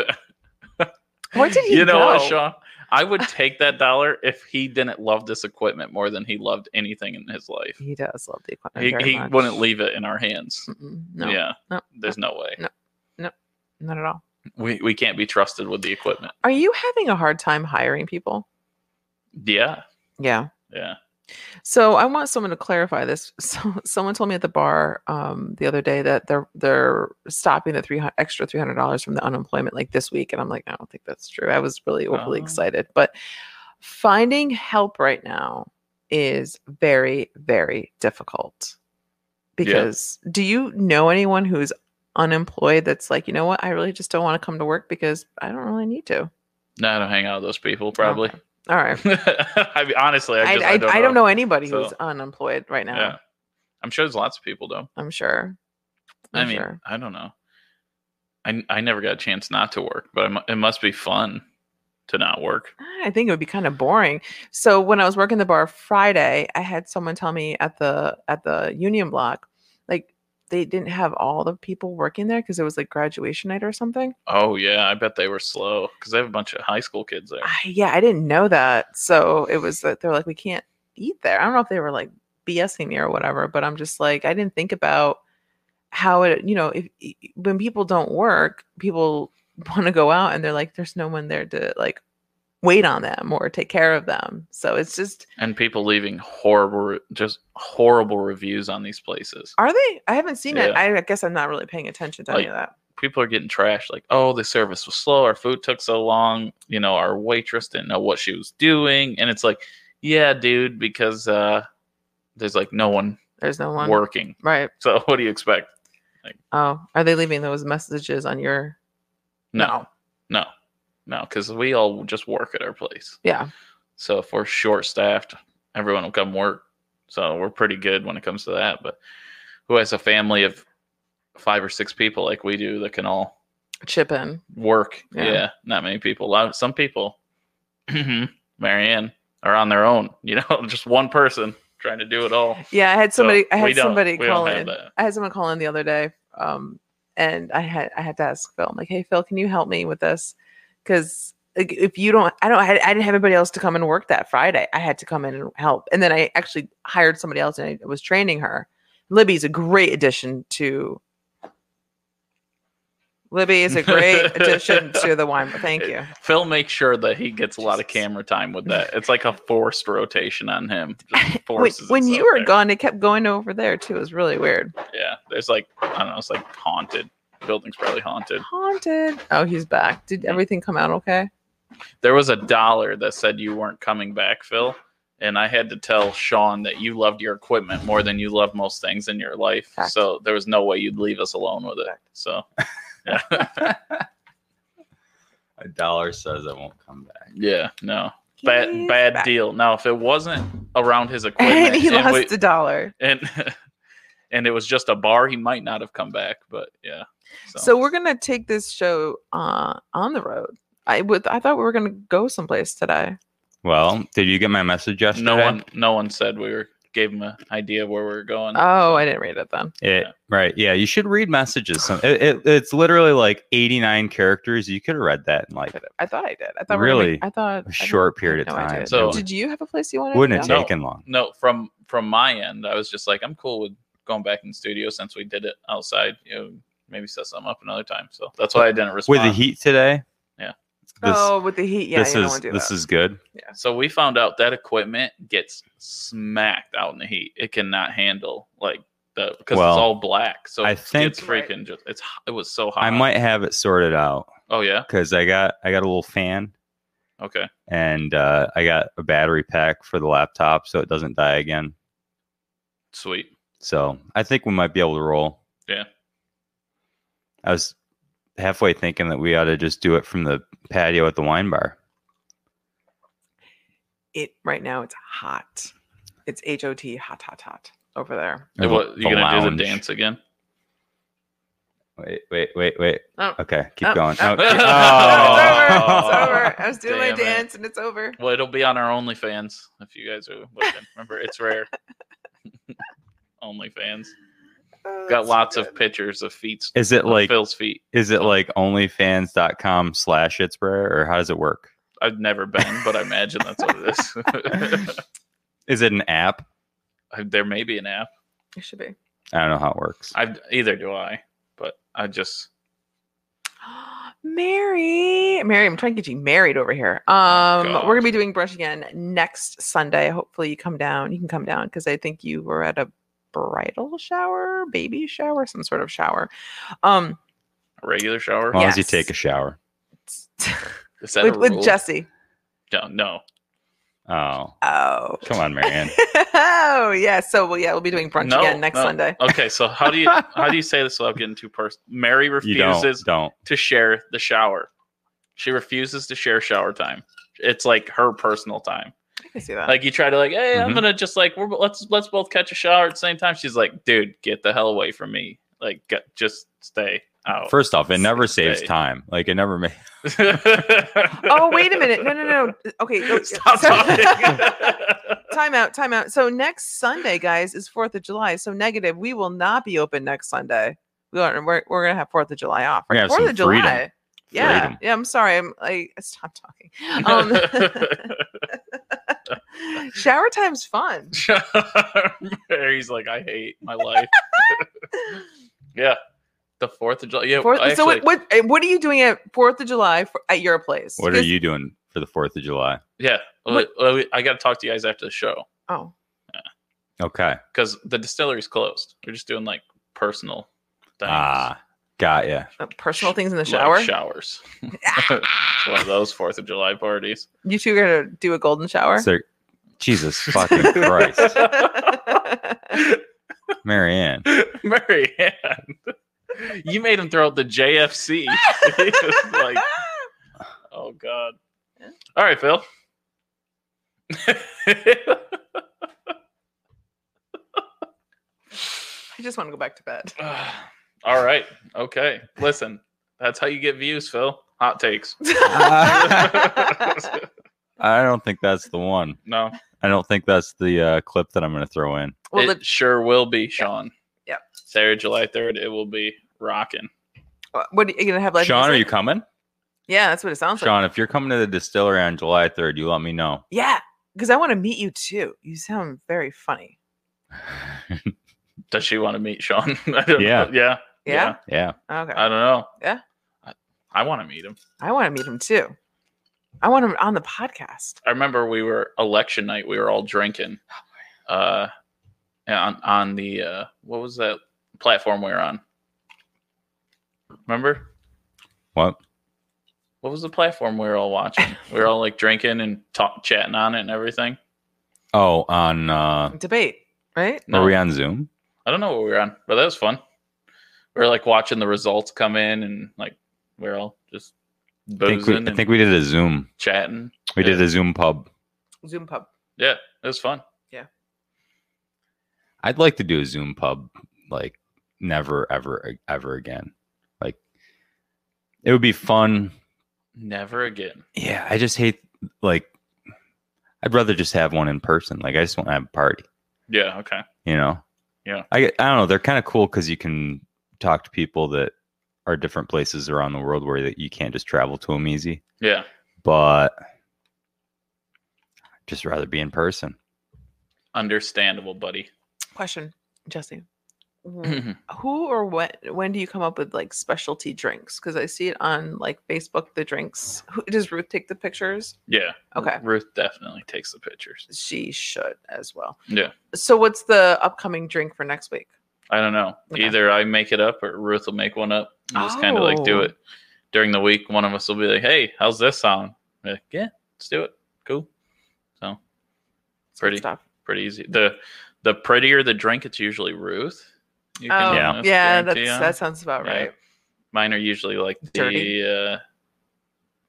S2: Where did he
S3: you know what,
S2: go?
S3: Sean? I would take that dollar if he didn't love this equipment more than he loved anything in his life.
S2: He does love the equipment.
S3: He,
S2: very
S3: he
S2: much.
S3: wouldn't leave it in our hands.
S2: Mm-mm. No,
S3: Yeah.
S2: No.
S3: There's no way.
S2: not at all.
S3: We, we can't be trusted with the equipment.
S2: Are you having a hard time hiring people?
S3: Yeah.
S2: Yeah.
S3: Yeah.
S2: So I want someone to clarify this. So someone told me at the bar um, the other day that they're they're stopping the three extra three hundred dollars from the unemployment like this week, and I'm like, I don't think that's true. I was really overly
S3: Oh.
S2: excited, but finding help right now is very very difficult because do you know anyone who's unemployed that's like you know what i really just don't want to come to work because i don't really need to
S3: No, I don't hang out with those people, probably.
S2: all right
S3: I mean, honestly, I,
S2: I,
S3: just,
S2: I, I, don't, know. anybody who's
S3: So-
S2: unemployed right now
S3: Yeah. I'm sure there's lots of people, though.
S2: i'm sure
S3: i
S2: I'm
S3: mean,
S2: sure.
S3: I don't know. I, I never got a chance not to work, but I mu- it must be fun to not work.
S2: I think it would be kind of boring. So when I was working the bar Friday, I had someone tell me at the at the Union Block, like they didn't have all the people working there because it was like graduation night or something.
S3: Oh, yeah. I bet they were slow because they have a bunch of high school kids there.
S2: I, yeah, I didn't know that. So it was that they're like, we can't eat there. I don't know if they were like BSing me or whatever, but I'm just like, I didn't think about how it, you know, if e, when people don't work, people want to go out and they're like, there's no one there to like wait on them or take care of them. So it's just
S3: and people leaving horrible, re- just horrible reviews on these places.
S2: Are they? I haven't seen it.
S3: Yeah.
S2: I guess I'm not really paying attention to any
S3: Like-
S2: of that.
S3: People are getting trashed, like, "Oh, the service was slow. Our food took so long. You know, our waitress didn't know what she was doing." And it's like, "Yeah, dude," because uh, there's like no one
S2: There's no one.
S3: working.
S2: Right.
S3: So what do you expect?
S2: Oh, are they leaving those messages on your?
S3: No, no, no, because we all just work at our place.
S2: Yeah.
S3: So if we're short staffed, everyone will come work. So we're pretty good when it comes to that. But who has a family of five or six people like we do that can all
S2: Chip in.
S3: work.
S2: Yeah.
S3: Yeah. not many people. A lot some people, Marianne, are on their own. You know, just one person trying to do it all.
S2: Yeah, I had
S3: So
S2: somebody. I
S3: we
S2: had
S3: don't-
S2: somebody
S3: we don't
S2: call
S3: have
S2: in.
S3: that.
S2: I had someone call in the other day, um, and I had I had to ask Phil. I'm like, hey Phil, can you help me with this? Because if you don't, I don't. I, I didn't have anybody else to come and work that Friday. I had to come in and help, and then I actually hired somebody else and I was training her. Libby's a great addition to. Libby is a great addition to the wine. Thank you.
S3: Phil makes sure that he gets a lot of
S2: Jesus.
S3: camera time with that. It's like a forced rotation on him. Just
S2: When,
S3: forces
S2: when you
S3: himself
S2: were
S3: there.
S2: gone, it kept going over there too. It was really weird.
S3: yeah. There's like I don't know. It's like haunted. Building's probably haunted.
S2: Haunted. Oh, he's back. Did everything come out okay?
S3: There was a dollar that said you weren't coming back, Phil. And I had to tell Sean that you loved your equipment more than you love most things in your life.
S2: Fact.
S3: So there was no way you'd leave us alone with it. So, yeah.
S4: A dollar says I won't come back.
S3: yeah, no. bad
S2: He's
S3: bad
S2: back.
S3: deal. Now, if it wasn't around his equipment,
S2: And he
S3: and,
S2: lost
S3: we-
S2: a dollar.
S3: and and it was just a bar, he might not have come back. But yeah,
S2: So. we're gonna take this show uh, on the road. I would. I thought we were gonna go someplace today.
S4: Well, did you get my message yesterday?
S3: no one no one said we were gave him an idea of where we were
S4: Mm-hmm.
S3: going.
S2: Oh, I didn't read it then.
S4: It,
S3: Yeah.
S4: Right. Yeah. You should read messages. Some, it, it, it's literally like 89 characters. You could have read that in like
S2: Could have- I thought I did. I thought we Were
S4: Really?
S2: gonna, I thought
S4: a
S2: I
S4: short
S2: didn't-
S4: period of
S2: no, I
S4: time.
S2: did.
S3: So-
S2: Did you have a place you wanted?
S4: wouldn't have
S2: No.
S3: No.
S4: taken long.
S3: no, from from my end, I was just like, I'm cool with going back in the studio since we did it outside. You know, maybe set something up another time. So that's why I didn't
S4: With
S3: respond.
S4: the heat today.
S3: Yeah.
S4: This,
S2: oh, with the heat. Yeah,
S4: this
S2: you don't
S4: is
S2: want to do
S4: this
S2: that.
S4: is good.
S3: So we found out that equipment gets smacked out in the heat. It cannot handle like the because
S4: Well,
S3: it's all black. So
S4: I
S3: it's
S4: think-
S2: Right.
S3: freaking just it's h- it was so hot.
S4: I might have it sorted out
S3: Oh yeah.
S4: because I got I got a little fan
S3: Okay.
S4: and uh, I got a battery pack for the laptop so it doesn't die again.
S3: Sweet.
S4: So I think we might be able to roll.
S3: Yeah.
S4: I was halfway thinking that we ought to just do it from the patio at the wine bar.
S2: it right now. It's hot. It's H O T hot hot hot over there.
S4: Or
S3: What,
S4: the
S3: you gonna do
S4: lounge.
S3: the dance again?
S4: Wait, wait, wait, wait.
S2: Oh.
S4: Okay, keep
S2: Oh,
S4: going.
S2: oh,
S4: Oh,
S2: it's
S4: keep-
S2: over, it's
S4: Oh.
S2: over, It's over. I was doing my
S3: Damn it.
S2: dance and it's over.
S3: Well, it'll be on our OnlyFans if you guys are looking. Remember, it's rare. OnlyFans
S2: Oh,
S3: got
S2: that's
S3: lots
S2: good.
S3: of pictures of feet.
S4: Is it
S3: of
S4: like
S3: Phil's feet?
S4: is it like onlyfans.com slash it's rare or how does it work?
S3: I've never been, but I imagine that's what it is.
S4: Is it an app?
S3: there may be an app.
S2: It should be.
S4: I don't know how it works.
S3: I either do I, but I just
S2: Mary, Mary, I'm trying to get you married over here.
S3: Oh,
S2: Um,
S3: God.
S2: we're gonna be doing brunch again next Sunday. Hopefully, you come down. You can come down because I think you were at a bridal shower, baby shower, some sort of shower. Um,
S3: a regular shower.
S4: As long as you
S2: yes.
S4: take a shower.
S3: Is that
S2: with,
S3: a
S2: with
S3: rule?
S2: Jesse.
S3: No, no.
S4: Oh,
S2: Oh,
S4: come on, Marianne.
S2: oh yeah. So well, yeah, we'll be doing brunch
S3: No,
S2: again next
S3: no.
S2: Sunday.
S3: Okay, so how do you how do you say this without getting too personal? Mary
S4: you don't.
S3: refuses
S4: Don't.
S3: to share the shower. She refuses to share shower time. It's like her personal time.
S2: I can see that.
S3: Like you try to like, hey, I'm
S4: Mhm.
S3: gonna just like we're let's let's both catch a shower at the same time. She's like, dude, get the hell away from me. Like, get, just stay out.
S4: First off, it never
S3: Six
S4: saves
S3: days.
S4: time. Like it never makes.
S2: oh, wait a minute. No, no, no. Okay, no,
S3: Stop
S2: so-
S3: talking.
S2: time out, time out. So next Sunday, guys, is Fourth of July. So negative, we will not be open next Sunday. We are, we're we're gonna have Fourth of July off.
S4: We're gonna have
S2: Fourth
S4: some
S2: of
S4: freedom.
S2: July. Yeah,
S4: Freedom.
S2: yeah. I'm sorry. I'm like, stop talking. Um, shower time's fun.
S3: Mary's like, I hate my life. yeah, the Fourth of July. Yeah,
S2: Fourth,
S3: I
S2: so
S3: actually-
S2: what, what eh, what are you doing at Fourth of July for, at your place?
S4: What are
S2: 'Cause-
S4: you doing for the Fourth of July?
S3: yeah,
S2: What-
S3: uh, I got to talk to you guys after the show.
S2: Oh,
S4: Okay.
S3: because the distillery's closed. We're just doing like personal things.
S4: Ah, got ya.
S2: uh, personal things in the
S3: Like
S2: shower.
S3: showers. One of those Fourth of July parties.
S2: You two are gonna do a golden shower.
S4: So, Jesus fucking Christ, Marianne.
S3: Mary Ann, you made him throw out the JFC. He was like, oh god. All right, Phil.
S2: I just want to go back to bed.
S3: All right. Okay. Listen, that's how you get views, Phil. Hot takes.
S4: I don't think that's the one.
S3: no,
S4: I don't think that's the uh, clip that I'm going to throw in.
S2: well,
S3: it
S2: the,
S3: sure will be, Sean.
S2: Yep.
S3: Saturday, July 3rd, it will be rocking.
S2: Uh, what are you gonna have? Like
S4: Sean, are you coming?
S2: Yeah, that's what it sounds like.
S4: Sean, if you're coming to the distillery on July 3rd, you let me know.
S2: Yeah, because I want to meet you too. You sound very funny.
S3: Does she want to meet Sean? I don't
S4: Yeah.
S3: know. Yeah.
S2: Yeah.
S4: yeah. Uh,
S2: Okay.
S3: I don't know.
S2: Yeah.
S3: I, I want to meet him.
S2: I want to meet him too. I want him on the podcast.
S3: I remember we were election night. We were all drinking,
S2: Oh,
S3: uh, on on the uh, what was that platform we were on? Remember
S4: What?
S3: what was the platform we were all watching? we were all like drinking and talk, chatting on it and everything.
S4: Oh, on uh,
S2: Debate, right?
S3: No,
S4: are we on Zoom?
S3: I don't know what we were on, but that was fun. We were like watching the results come in and like we are all just
S4: I
S3: boozing
S4: think, we, I
S3: and
S4: think we did a Zoom.
S3: chatting.
S4: We did
S3: Yeah.
S4: a Zoom pub.
S2: Zoom pub.
S3: Yeah, it was fun.
S4: I'd like to do a Zoom pub like never ever e, ever again. Like it would be fun.
S3: Never again.
S4: Yeah, I just hate like I'd rather just have one in person. Like I just want to have a party,
S3: Yeah. Okay.
S4: you know.
S3: Yeah.
S4: I get- I don't know, they're kind of cool cuz you can talk to people that are different places around the world where that you can't just travel to them easy.
S3: Yeah.
S4: But just rather be in person.
S3: Understandable, buddy.
S2: Question, Jesse.
S4: Hmm.
S2: W- Who or what? When do you come up with like specialty drinks? Because I see it on like Facebook. The drinks. Who, does Ruth take the pictures?
S3: yeah.
S4: Hmm.
S2: Okay.
S3: Ruth definitely takes the pictures.
S2: She should as well.
S3: Yeah.
S2: So what's the upcoming drink for next week?
S3: I don't know.
S2: Okay.
S3: Either I make it up or Ruth will make one up. And just kind of like do
S2: Oh.
S3: it during the week. One of us will be like, "Hey, how's this sound?" We're like, yeah, let's do it. Cool. So
S2: It's good
S3: pretty,
S2: stuff.
S3: pretty easy. the The prettier the drink, it's usually Ruth. You
S2: Oh,
S4: Yeah.
S2: yeah,
S3: almost
S2: that's,
S3: guarantee on.
S2: that sounds about
S3: Yeah.
S2: right.
S3: Mine are usually like
S2: Dirty.
S3: the uh,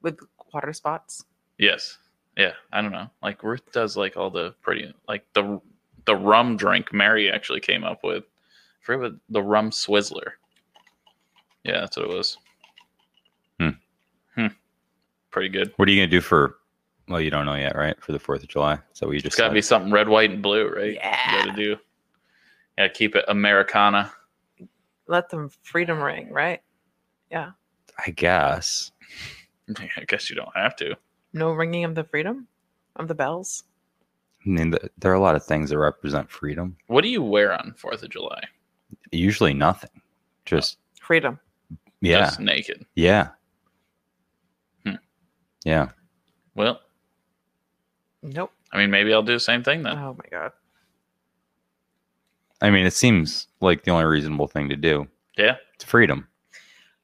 S2: With water spots.
S3: yes, yeah. I don't know. Like Ruth does like all the pretty like the the rum drink. Mary actually came up with. I forget what the rum swizzler. Yeah, that's what it was.
S4: Hmm.
S3: Hmm. Pretty good.
S4: What are you going to do for well, you don't know yet, right? For the 4th of July. So we just
S3: It's got to
S4: said.
S3: be something red, white, and blue, right?
S2: Yeah.
S3: Got to do. Got to keep it Americana.
S2: Let them freedom ring, right?
S4: I guess.
S3: I guess you don't have to.
S2: No ringing of the freedom, of the bells.
S4: I mean, th- there are a lot of things that represent freedom.
S3: What do you wear on Fourth of July?
S4: Usually nothing. Just
S2: Freedom.
S4: yeah,
S3: Oh, Just naked.
S4: yeah,
S3: Hmm.
S4: yeah.
S3: Well,
S2: Nope.
S3: I mean, maybe I'll do the same thing then.
S2: Oh my god.
S4: I mean, it seems like the only reasonable thing to do.
S3: Yeah.
S4: it's freedom.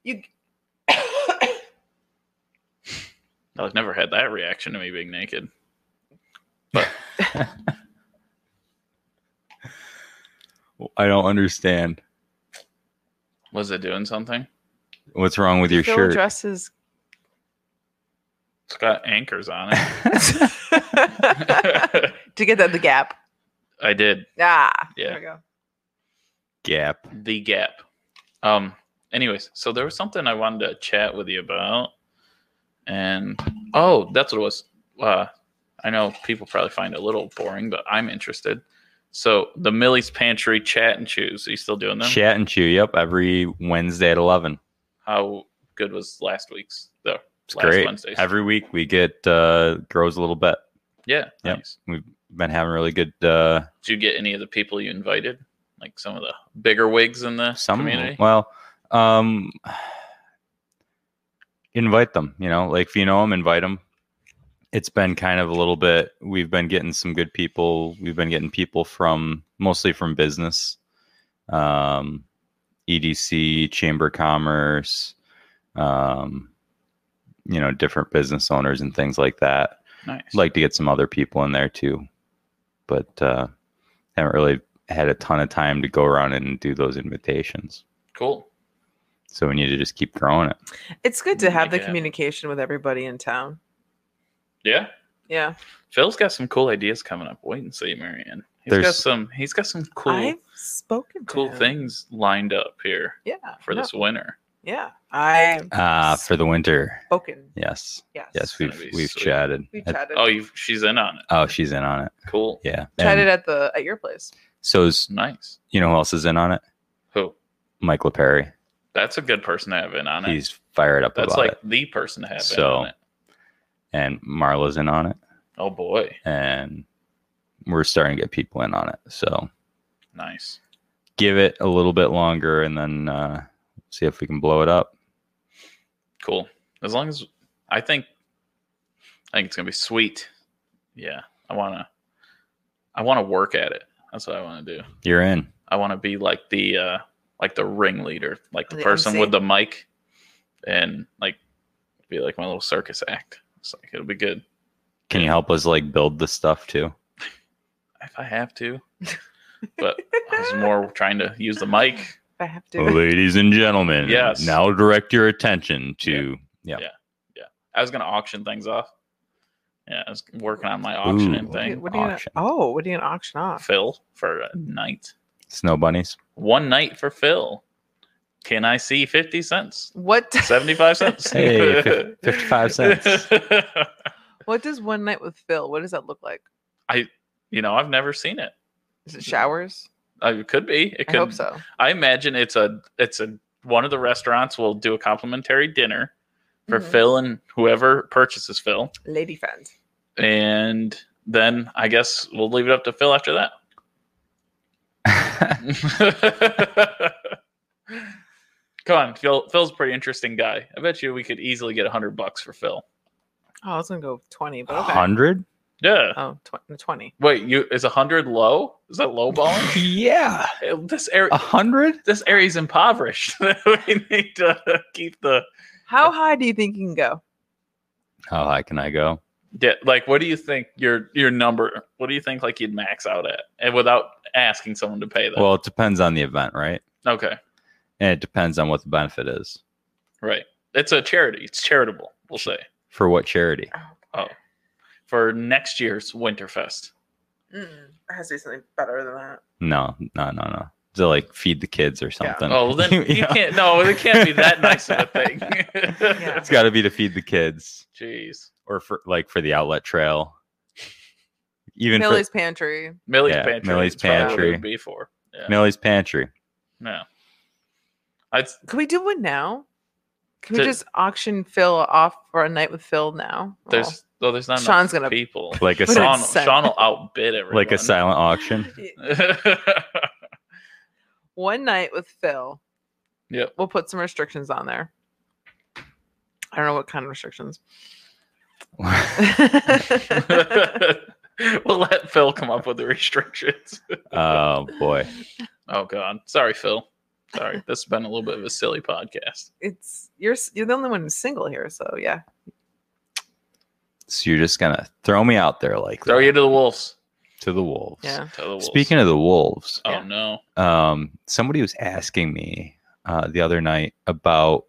S2: You.
S3: I've never had that reaction to me being naked. But
S4: I don't understand
S3: was it doing something?
S4: what's wrong with your
S2: Phil
S4: shirt.
S2: dresses.
S3: It's got anchors on it.
S2: to get that the gap.
S3: I did
S2: Ah.
S3: Yeah.
S2: There we go.
S4: Gap.
S3: the gap. Um. Anyways, so there was something I wanted to chat with you about, and oh, that's what it was. Uh, I know people probably find it a little boring, but I'm interested. So the Millie's Pantry chat and choose. Are you still doing them?
S4: Chat and chew. Yep, every Wednesday at eleven.
S3: How good was last week's though?
S4: It's
S3: Last
S4: great.
S3: Wednesdays.
S4: Every week we get uh, grows a little bit.
S3: Yeah.
S4: Yep.
S3: Nice.
S4: Been having really good. Uh,
S3: Did you get any of the people you invited? Like some of the bigger wigs in the
S4: some
S3: community?
S4: well um invite them you know like if you know them invite them it's been kind of a little bit we've been getting some good people we've been getting people from mostly from business um edc chamber of commerce um you know different business owners and things like that
S3: nice.
S4: I'd like to get some other people in there too but uh haven't really had a ton of time to go around and do those invitations
S3: cool.
S4: so we need to just keep growing it.
S2: It's good to have the
S3: Yeah.
S2: communication with everybody in town.
S3: Yeah.
S2: Yeah.
S3: Phil's got some cool ideas coming up. Wait and see, Marianne. He's got
S4: There's-
S3: some he's got some cool
S2: I've spoken to
S3: cool
S2: him.
S3: things lined up here
S2: Yeah.
S3: for
S2: no,
S3: this winter.
S2: Yeah. I've
S4: Uh, for the winter.
S2: spoken.
S4: Yes.
S2: Yes.
S4: Yes,
S3: Gonna
S4: we've
S3: be
S4: we've
S3: sweet.
S4: chatted.
S2: We
S4: At-
S2: chatted.
S3: Oh, you she's in on it.
S4: oh, she's in on it.
S3: Cool.
S4: Yeah.
S2: chatted
S4: And
S2: at the at your place.
S4: so is,
S3: Nice.
S4: you know who else is in on it?
S3: Who?
S4: Mike LePerry.
S3: That's a good person to have in on it.
S4: He's fired up
S3: That's
S4: about
S3: like
S4: it.
S3: the person to have in
S4: So-
S3: on it.
S4: And Marla's in on it.
S3: Oh boy.
S4: And we're starting to get people in on it. So
S3: Nice.
S4: give it a little bit longer and then uh, see if we can blow it up.
S3: Cool. As long as I think I think it's gonna be sweet. Yeah. I wanna I wanna work at it. That's what I wanna do.
S4: You're in.
S3: I want to be like the uh like the ringleader, like the,
S2: The
S3: person
S2: MC.
S3: with the mic, and like be like my little circus act. It's like it'll be good
S4: Can you help us like build the stuff too?
S3: if I have to. But I was more trying to use the mic.
S2: If I have
S4: Oh,
S2: to.
S4: Ladies and gentlemen,
S3: Yes.
S4: now direct your attention to
S3: I was gonna auction things off. Yeah, I was working on my auctioning
S4: Ooh.
S3: thing.
S2: What are you gonna,
S4: Auction.
S2: oh, what are you gonna auction off?
S3: Phil for a night.
S4: Snow bunnies.
S3: One night for Phil. Can I see 50 cents?
S2: What
S3: 75 cents?
S4: Hey, fif- 55 cents.
S2: what does one night with Phil? What does that look like?
S3: you know, I've never seen it.
S2: Is it showers?
S3: Uh, It could be. It
S2: I
S3: could
S2: hope so.
S3: I imagine it's a it's a one of the restaurants will do a complimentary dinner for
S2: Mhm.
S3: Phil and whoever purchases Phil,
S2: Lady friend.
S3: and then I guess we'll leave it up to Phil after that. Come on, Phil. Phil's a pretty interesting guy. I bet you we could easily get hundred bucks for Phil.
S2: Oh, I was gonna go twenty, but okay.
S4: Hundred?
S3: Yeah.
S2: Oh, tw- twenty.
S3: Wait, you is hundred low? Is that low balling?
S4: yeah.
S3: this area,
S4: A hundred?
S3: this area's impoverished. we need to keep the
S2: How high do you think you can go?
S4: How high can I go?
S3: Yeah, like what do you think your your number? What do you think like you'd max out at, and without asking someone to pay them?
S4: Well, it depends on the event, right?
S3: okay,
S4: And it depends on what the benefit is.
S3: right. It's a charity. It's charitable. We'll say
S4: For what charity?
S2: Oh,
S3: for next year's Winterfest.
S2: Mm, it has to be something better than that.
S4: No, no, no, no. To like feed the kids or something.
S3: Oh, well, then you
S4: know?
S3: can't. No, it can't be that nice of a thing.
S4: It's got to be to feed the kids
S3: Jeez,
S4: or for like for the outlet trail. Even
S2: Millie's pantry.
S3: Millie's
S4: Yeah,
S3: pantry.
S4: Millie's
S3: it's probably
S4: Pantry.
S3: would Be for
S4: for Millie's pantry.
S3: no. I'd,
S2: Can we do one now? Can we
S3: To-
S2: just auction Phil off for a night with Phil now? Oh.
S3: there's well, there's not
S2: Sean's
S3: enough
S2: gonna
S3: people.
S4: Like a
S2: Put
S4: sil-
S3: Sean,
S2: it seven.
S3: Sean will outbid everyone.
S4: like a silent
S2: Oh.
S4: auction.
S2: one night with Phil.
S3: Yep.
S2: We'll put some restrictions on there. I don't know what kind of restrictions.
S3: we'll let Phil come up with the restrictions.
S4: oh boy.
S3: Oh God, sorry, Phil. Sorry, this has been a little bit of a silly podcast.
S2: it's you're s- you're the only one who's single here, so yeah.
S4: So you're just gonna throw me out there like
S3: Throw
S4: that,
S3: you to the wolves.
S4: to the wolves.
S2: Yeah.
S3: To the wolves.
S4: Speaking of the wolves,
S3: oh
S2: Yeah.
S3: no,
S4: um, somebody was asking me uh, the other night about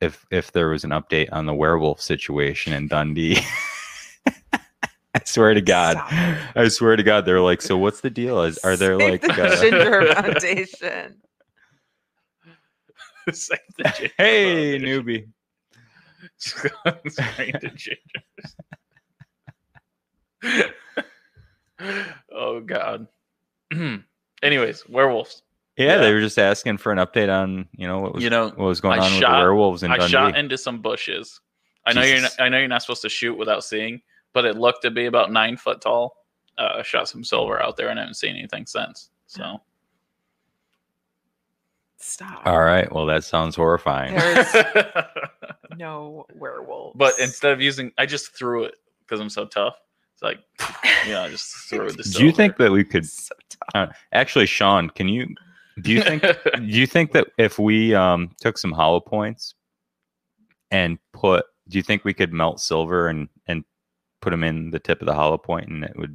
S4: if if there was an update on the werewolf situation in Dundee. I swear to God,
S2: Stop
S4: I swear to God, they're like, so what's the deal? Is are there
S2: Save
S4: like
S2: the
S4: uh,
S2: Ginger Foundation?
S3: Save the ginger.
S4: hey newbie?
S3: Save the gingers. oh God. Anyways, werewolves.
S4: Yeah,
S3: Yeah.
S4: they were just asking for an update on you know what was
S3: You know,
S4: what was going
S3: I
S4: on with
S3: shot-
S4: the werewolves in
S3: I
S4: Dundee.
S3: shot into some bushes. I know you're.
S4: Jesus.
S3: Not, I know you're not supposed to shoot without seeing, but it looked to be about nine foot tall. Uh, I shot some silver out there, and I haven't seen anything since. So
S2: Stop.
S4: All right, well that sounds horrifying.
S2: There is no werewolves.
S3: but instead of using, I just threw it because I'm so tough. It's like, you know, I just threw the.
S4: Do you think that we could
S2: so tough.
S4: uh, actually, Sean? Can you? Do you think do you think that if we um, took some hollow points and put, do you think we could melt silver and and put them in the tip of the hollow point, and it would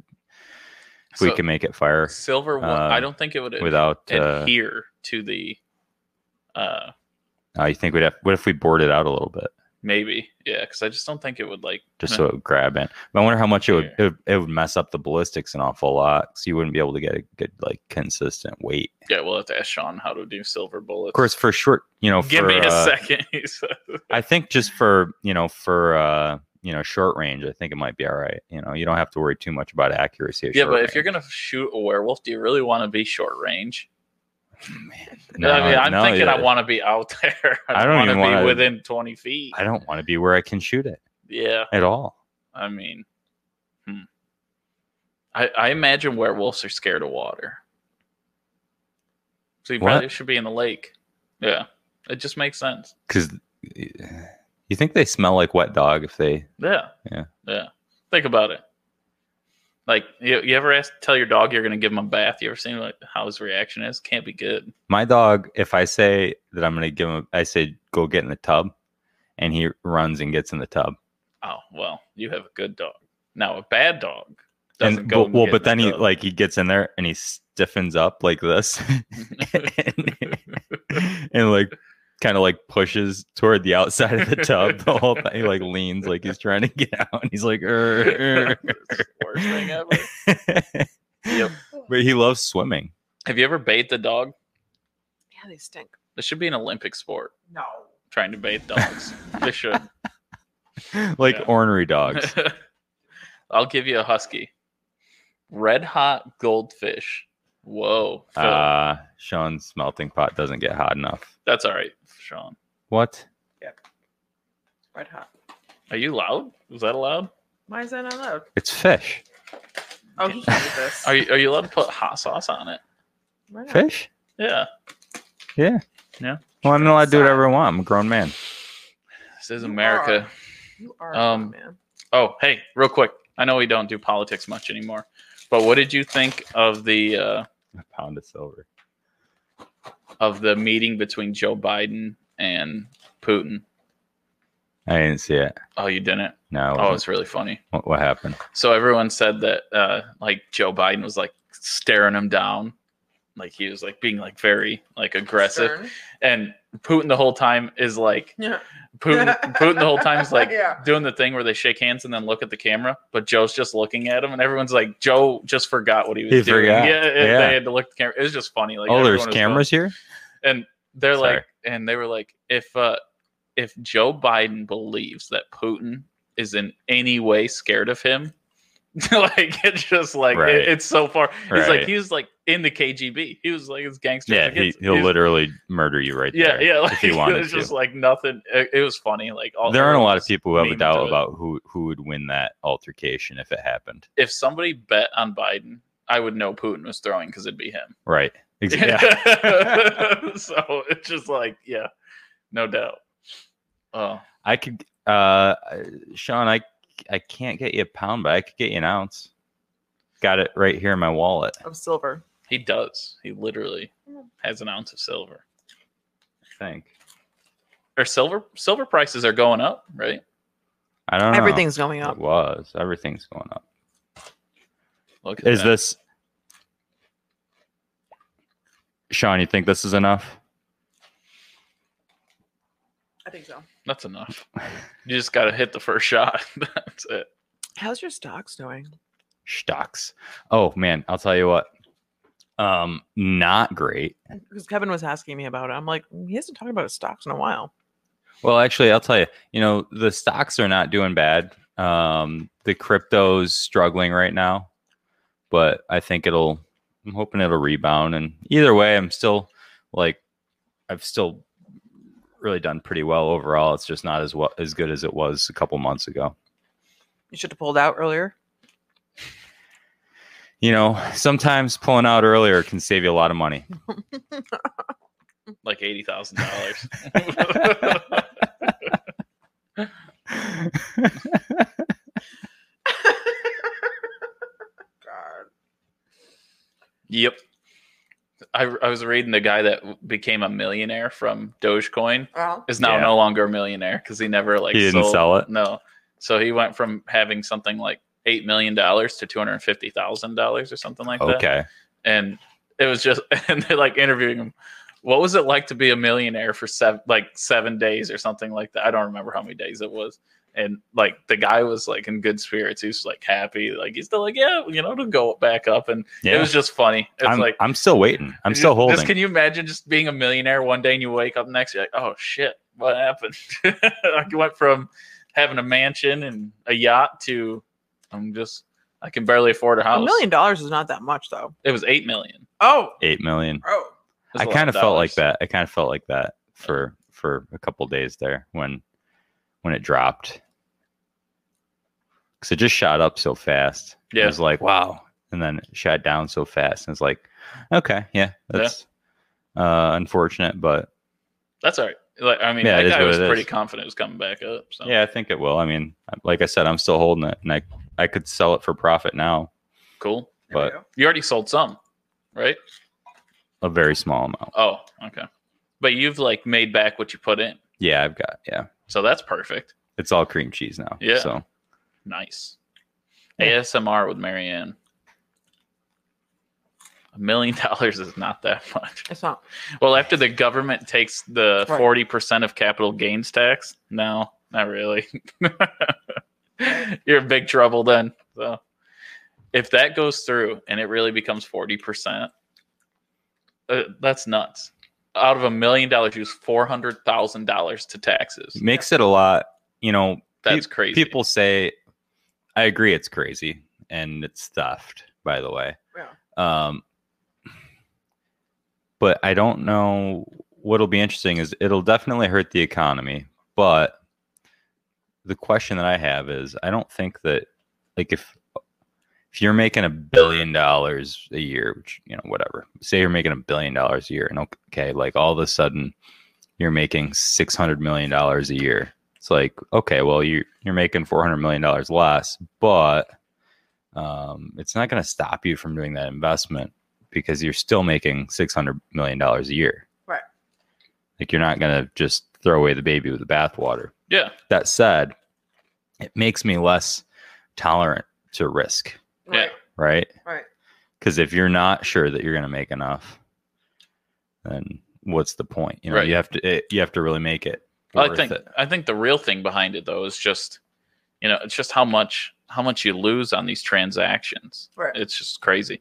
S4: if we
S3: So-
S4: could make it fire
S3: silver? One, I
S4: um,
S3: don't think it would ad-
S4: without? Uh,
S3: adhere to the. Uh,
S4: oh, you think we'd have? What if we bored it out a little bit
S3: maybe yeah, because I just don't think it would like
S4: just so it would grab in? But I wonder how much it would
S3: Uh-huh. Yeah.
S4: it, would- it would mess up the ballistics an awful lot, so you wouldn't be able to get a good like consistent weight.
S3: Yeah, we'll have to ask Sean how to do silver bullets.
S4: Of course, for short, you know,
S3: Give
S4: for,
S3: me a
S4: uh,
S3: second. he said.
S4: I think just for you know for uh you know short range, I think it might be all right. You know, you don't have to worry too much about accuracy. Of
S3: Yeah, but
S4: short
S3: if you're gonna shoot a werewolf, do you really want to be short range?
S4: range. Man.
S3: I mean,
S4: No,
S3: I'm
S4: no,
S3: thinking I
S4: yeah.
S3: want to be out there.
S4: I don't
S3: wanna
S4: even
S3: be
S4: wanna-
S3: within 20 feet.
S4: I don't want to be where I can shoot it
S3: Yeah,
S4: at all.
S3: I mean, hmm. I I imagine werewolves are scared of water, so you
S4: What?
S3: probably should be in the lake. Yeah, it just makes sense.
S4: Because you think they smell like wet dog if they
S3: Yeah,
S4: Yeah.
S3: yeah. Think about it. Like you, you ever ask tell your dog you're gonna give him a bath? You ever seen like how his reaction is? Can't be good.
S4: my dog. If I say that I'm gonna give him, I say go get in the tub, and he runs and gets in the tub.
S3: Oh well, you have a good dog. Now a bad dog doesn't
S4: And
S3: go.
S4: well,
S3: and
S4: well
S3: get
S4: but
S3: in
S4: then
S3: the
S4: he
S3: tub.
S4: like he gets in there and he stiffens up like this, and, and, like kind of like pushes toward the outside of the tub the whole time. He like leans like he's trying to get out. And he's like, "Er,
S3: It's the worst thing ever.
S4: er."
S3: Yep.
S4: but he loves swimming.
S3: Have you ever bathed the dog?
S2: Yeah, they stink.
S3: This should be an Olympic sport.
S2: No.
S3: Trying to bathe dogs. they should.
S4: Like
S3: Yeah.
S4: ornery dogs.
S3: I'll give you a husky. Red hot goldfish. Whoa. Phil.
S4: uh Sean's melting pot doesn't get hot enough.
S3: That's all right, Sean.
S4: What?
S2: Red hot.
S3: Are you loud? Was that allowed?
S2: Why is that not allowed?
S4: It's fish.
S2: Oh, he can't do this.
S3: Are you are you allowed to put hot sauce on it?
S2: Why not?
S4: Fish?
S3: Yeah.
S4: Yeah.
S3: Yeah.
S4: Well, I'm allowed to do whatever I want. I'm a grown man.
S3: This is
S2: You
S3: America.
S2: You are
S3: Um,
S2: a man.
S3: Oh, hey, real quick. I know we don't do politics much anymore, but what did you think of the uh,
S4: A pound of silver.
S3: of the meeting between Joe Biden and Putin?
S4: I didn't see it.
S3: Oh, you didn't.
S4: No. it
S3: Oh,
S4: wasn't.
S3: it's really funny.
S4: what, what happened?
S3: So everyone said that uh, like Joe Biden was like staring him down, like he was like being like very like aggressive,
S2: Stern.
S3: and Putin the whole time is like
S2: Yeah.
S3: Putin Putin the whole time is like
S2: Yeah.
S3: doing the thing where they shake hands and then look at the camera, but Joe's just looking at him, and everyone's like Joe just forgot what he was
S4: He
S3: doing.
S4: forgot.
S3: Yeah, and
S4: Yeah.
S3: they had to look at the camera. It was just funny. Like
S4: oh,
S3: everyone
S4: there's
S3: was
S4: cameras here?
S3: going- and they're
S4: Sorry.
S3: like, and they were like, if uh, if Joe Biden believes that Putin is in any way scared of him. like it's just like it-
S4: Right.
S3: it's so far. He's like
S4: Right.
S3: he was like in the KGB. He was like his gangster.
S4: Yeah, he, he'll literally murder you right
S3: yeah,
S4: there.
S3: yeah. Like,
S4: if he wanted
S3: it was just
S4: to.
S3: like nothing. It, it was funny. Like all,
S4: there aren't a
S3: everyone
S4: lot of
S3: was
S4: people who have a
S3: memeing
S4: doubt
S3: through it.
S4: about who who would win that altercation if it happened.
S3: if somebody bet on Biden, I would know Putin was throwing because it'd be him.
S4: Right. Exactly.
S3: so it's just like, yeah, no doubt. Oh,
S4: I could uh Sean, I I can't get you a pound, but I could get you an ounce. Got it right here in my wallet.
S2: Of silver.
S3: he does. He literally has an ounce of silver.
S4: I think.
S3: Or silver silver prices are going up, right?
S4: I don't know.
S2: Everything's going
S4: it
S2: up.
S4: was. Everything's going up.
S3: Look at
S4: Is
S3: that.
S4: this Sean, you think this is enough?
S2: I think so.
S3: that's enough. You just gotta hit the first shot. that's it.
S2: How's your stocks doing?
S4: Stocks. Oh man, I'll tell you what. Um, not great.
S2: Because Kevin was asking me about it. I'm like, he hasn't talked about his stocks in a while.
S4: Well, actually, I'll tell you. You know, the stocks are not doing bad. Um, the crypto's struggling right now, but I think it'll. I'm hoping it'll rebound. And either way, I'm still like, I've still really done pretty well overall. It's just not as well as good as it was a couple months ago.
S2: You should have pulled out earlier.
S4: You know, sometimes pulling out earlier can save you a lot of money.
S3: Like eighty thousand dollars.
S2: God.
S3: Yep. I, I was reading the guy that became a millionaire from Dogecoin
S2: Well,
S3: is now
S4: Yeah.
S3: no longer a millionaire because he never like
S4: he didn't
S3: sold-
S4: sell it.
S3: No, so he went from having something like eight million dollars to two hundred fifty thousand dollars or something like that.
S4: Okay.
S3: And it was just and they're like interviewing him. What was it like to be a millionaire for seven like seven days or something like that? I don't remember how many days it was. And like the guy was like in good spirits. He was like happy. Like he's still like yeah, you know, to go back up. And
S4: Yeah.
S3: it was just funny. It's
S4: I'm,
S3: like
S4: I'm still waiting. I'm
S3: Could
S4: still
S3: you-
S4: holding.
S3: Just, can you imagine just being a millionaire one day and you wake up next, you're like, oh shit, what happened? I went from having a mansion and a yacht to I'm just I can barely afford a
S2: a
S3: house.
S2: million dollars is not that much, though.
S3: It was eight million.
S2: Oh,
S4: Eight million.
S2: oh.
S3: It was
S4: I
S3: a lot
S4: kind of felt like
S3: dollars.
S4: that. I kind of felt like that for for a couple days there when when it dropped because it just shot up so fast.
S3: Yeah.
S4: it was like wow, and then it shot down so fast, and it's like okay, yeah, that's Uh, unfortunate, but
S3: That's all right. Like I mean,
S4: Yeah, it
S3: that
S4: is
S3: guy
S4: what
S3: was
S4: it is.
S3: pretty confident it was coming back up. So
S4: yeah, I think it will. I mean, like I said, I'm still holding it, and I I could sell it for profit now,
S3: cool.
S2: There we
S4: But-
S2: go.
S3: You already sold some, right?
S4: a very small amount.
S3: Oh, okay. But you've like made back what you put in,
S4: Yeah, I've got yeah,
S3: so that's perfect.
S4: it's all cream cheese now.
S3: Yeah.
S4: so
S3: Nice.
S2: Yeah.
S3: ASMR with Marianne. A million dollars is not that much.
S2: It's not.
S3: Well, after the government takes the
S2: Right.
S3: forty percent of capital gains tax, no, not really. You're in big trouble then. So, if that goes through and it really becomes forty percent, uh, that's nuts. Out of a million dollars, use four hundred thousand dollars to taxes.
S4: Makes it a lot, you know,
S3: That's
S4: Pe-
S3: crazy.
S4: People say, I agree, it's crazy and it's theft, by the way.
S2: Yeah.
S4: Um, but I don't know what'll be interesting is it'll definitely hurt the economy. But the question that I have is, I don't think that like if if you're making a billion dollars a year, which you know, whatever, say you're making a billion dollars a year, and okay, like all of a sudden you're making six hundred million dollars a year. It's like, okay, well, you you're making four hundred million dollars less, but um, it's not going to stop you from doing that investment because you're still making six hundred million dollars a year.
S2: Right.
S4: Like you're not going to just throw away the baby with the bathwater.
S3: yeah,
S4: That said, it makes me less tolerant to risk,
S3: Yeah.
S2: Right.
S4: right?
S2: Right.
S4: Because if you're not sure that you're going to make enough, then what's the point? You know,
S3: Right.
S4: you have to it, you have to really make it.
S3: I
S4: worth
S3: think
S4: it.
S3: I think the real thing behind it though is just you know it's just how much how much you lose on these transactions.
S2: Right.
S3: It's just crazy.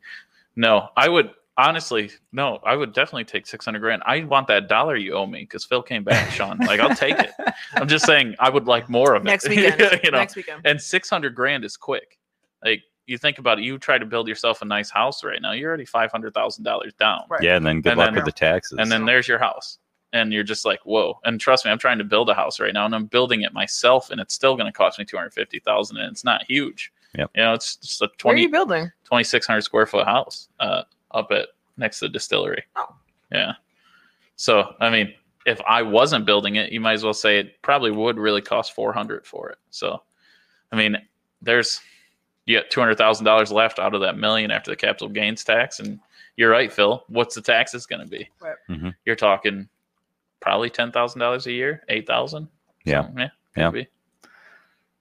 S3: No, I would honestly no, I would definitely take six hundred grand. I want that dollar you owe me because Phil came back, Sean. Like I'll take it. I'm just saying I would like more of
S2: Next
S3: it.
S2: weekend.
S3: you know,
S2: Next weekend.
S3: and six hundred grand is quick. Like you think about it, you try to build yourself a nice house right now. You're already five hundred thousand dollars down
S2: Right.
S4: Yeah, and then good
S3: And
S4: luck
S3: then-
S4: with the taxes.
S3: and then there's your house and you're just like whoa and trust me i'm trying to build a house right now and i'm building it myself and it's still going to cost me 250000 and it's not huge
S4: Yep.
S3: you know it's just a
S2: Where are
S3: 20,
S2: you building?
S3: 2600 square foot house uh, up at next to the distillery
S2: Oh.
S3: yeah so i mean if i wasn't building it you might as well say it probably would really cost 400 for it so i mean there's you got $200000 left out of that million after the capital gains tax and you're right phil what's the tax is going to be
S2: Right.
S4: Mhm.
S3: you're talking probably $10000 a year 8000
S4: Yeah.
S3: Something, yeah
S4: Yeah.
S3: maybe.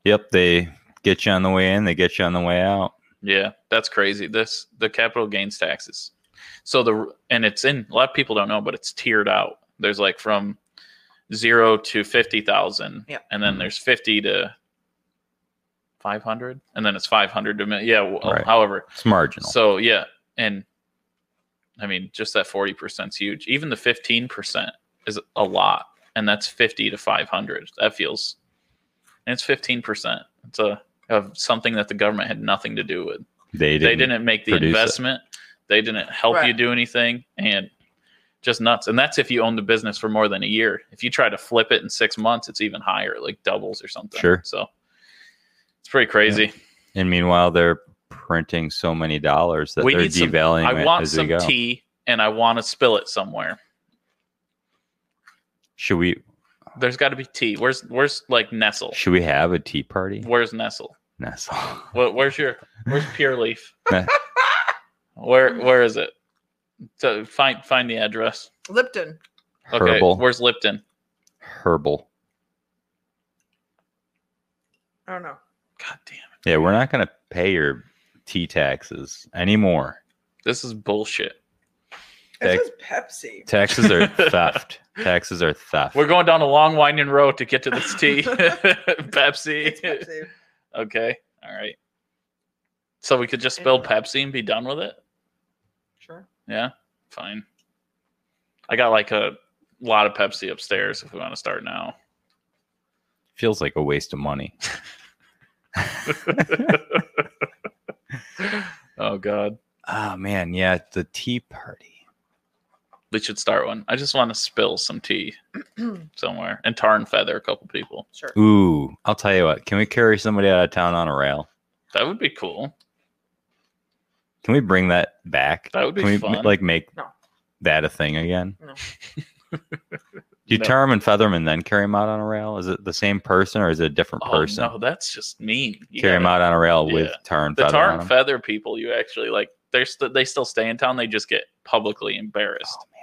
S4: Yep, they get you on the way in, they get you on the way out.
S3: Yeah, that's crazy. This the capital gains taxes. So the and it's in a lot of people don't know, but it's tiered out. There's like from zero to fifty thousand,
S2: Yep.
S3: and then there's fifty to five hundred, and then it's five hundred to mil- yeah, well,
S4: Right.
S3: however.
S4: It's marginal.
S3: So yeah, and I mean, just that forty percent's huge. Even the fifteen percent is a lot, and that's fifty to five hundred. That feels, and it's fifteen percent. It's a of something that the government had nothing to do with.
S4: they didn't.
S3: they didn't make the
S4: produce it.
S3: investment. They didn't help you
S2: Right.
S3: do anything, and just nuts. And that's if you own the business for more than a year. If you try to flip it in six months, it's even higher, it, like doubles or something.
S4: Sure.
S3: So it's pretty crazy.
S4: And meanwhile, they're printing so many dollars that
S3: We
S4: they're
S3: need some-
S4: devaluing
S3: I
S4: it
S3: want
S4: as
S3: some
S4: we go.
S3: tea and I want to spill it somewhere.
S4: Should we
S3: There's got to be tea. Where's where's like Nestle?
S4: should we have a tea party?
S3: Where's Nestle?
S4: Nestle.
S3: Where, where's your where's Pure Leaf?
S4: Ne-
S3: Where where is it? So find find the address.
S2: Lipton.
S3: Okay,
S4: Herbal.
S3: where's Lipton?
S4: Herbal.
S2: I don't know.
S3: God damn, it.
S4: Yeah, we're not gonna pay your tea taxes anymore.
S3: this is bullshit.
S4: Tec-
S2: It says Pepsi.
S4: Taxes are theft. Taxes are theft.
S3: We're going down a long winding road to get to this tea.
S2: It's
S3: Pepsi.
S2: Pepsi.
S3: Okay, all right. So we could just spill Pepsi and be done with it.
S2: Sure.
S3: Yeah, fine. I got like a lot of Pepsi upstairs if we want to start now.
S4: feels like a waste of money.
S3: oh god.
S4: Oh man, yeah, the tea party.
S3: We should start one. I just want to spill some tea somewhere and tar and feather a couple people.
S2: Sure.
S4: Ooh, I'll tell you what. Can we carry somebody out of town on a rail?
S3: That would be cool.
S4: Can we bring that back?
S3: That would be
S4: Can we
S3: fun.
S4: m- like make
S2: No.
S4: that a thing again?
S2: No.
S4: Do you
S3: No.
S4: tar him and feather him and then carry him out on a rail? Is it the same person or is it a different
S3: oh
S4: person?
S3: no, that's just mean. You
S4: Carry him
S3: gotta-
S4: out on a rail with
S3: Yeah.
S4: tar and
S3: The
S4: feather.
S3: tar
S4: on
S3: and
S4: him?
S3: feather people, you actually like. They're st- they still stay in town. They just get publicly embarrassed.
S4: Oh, man.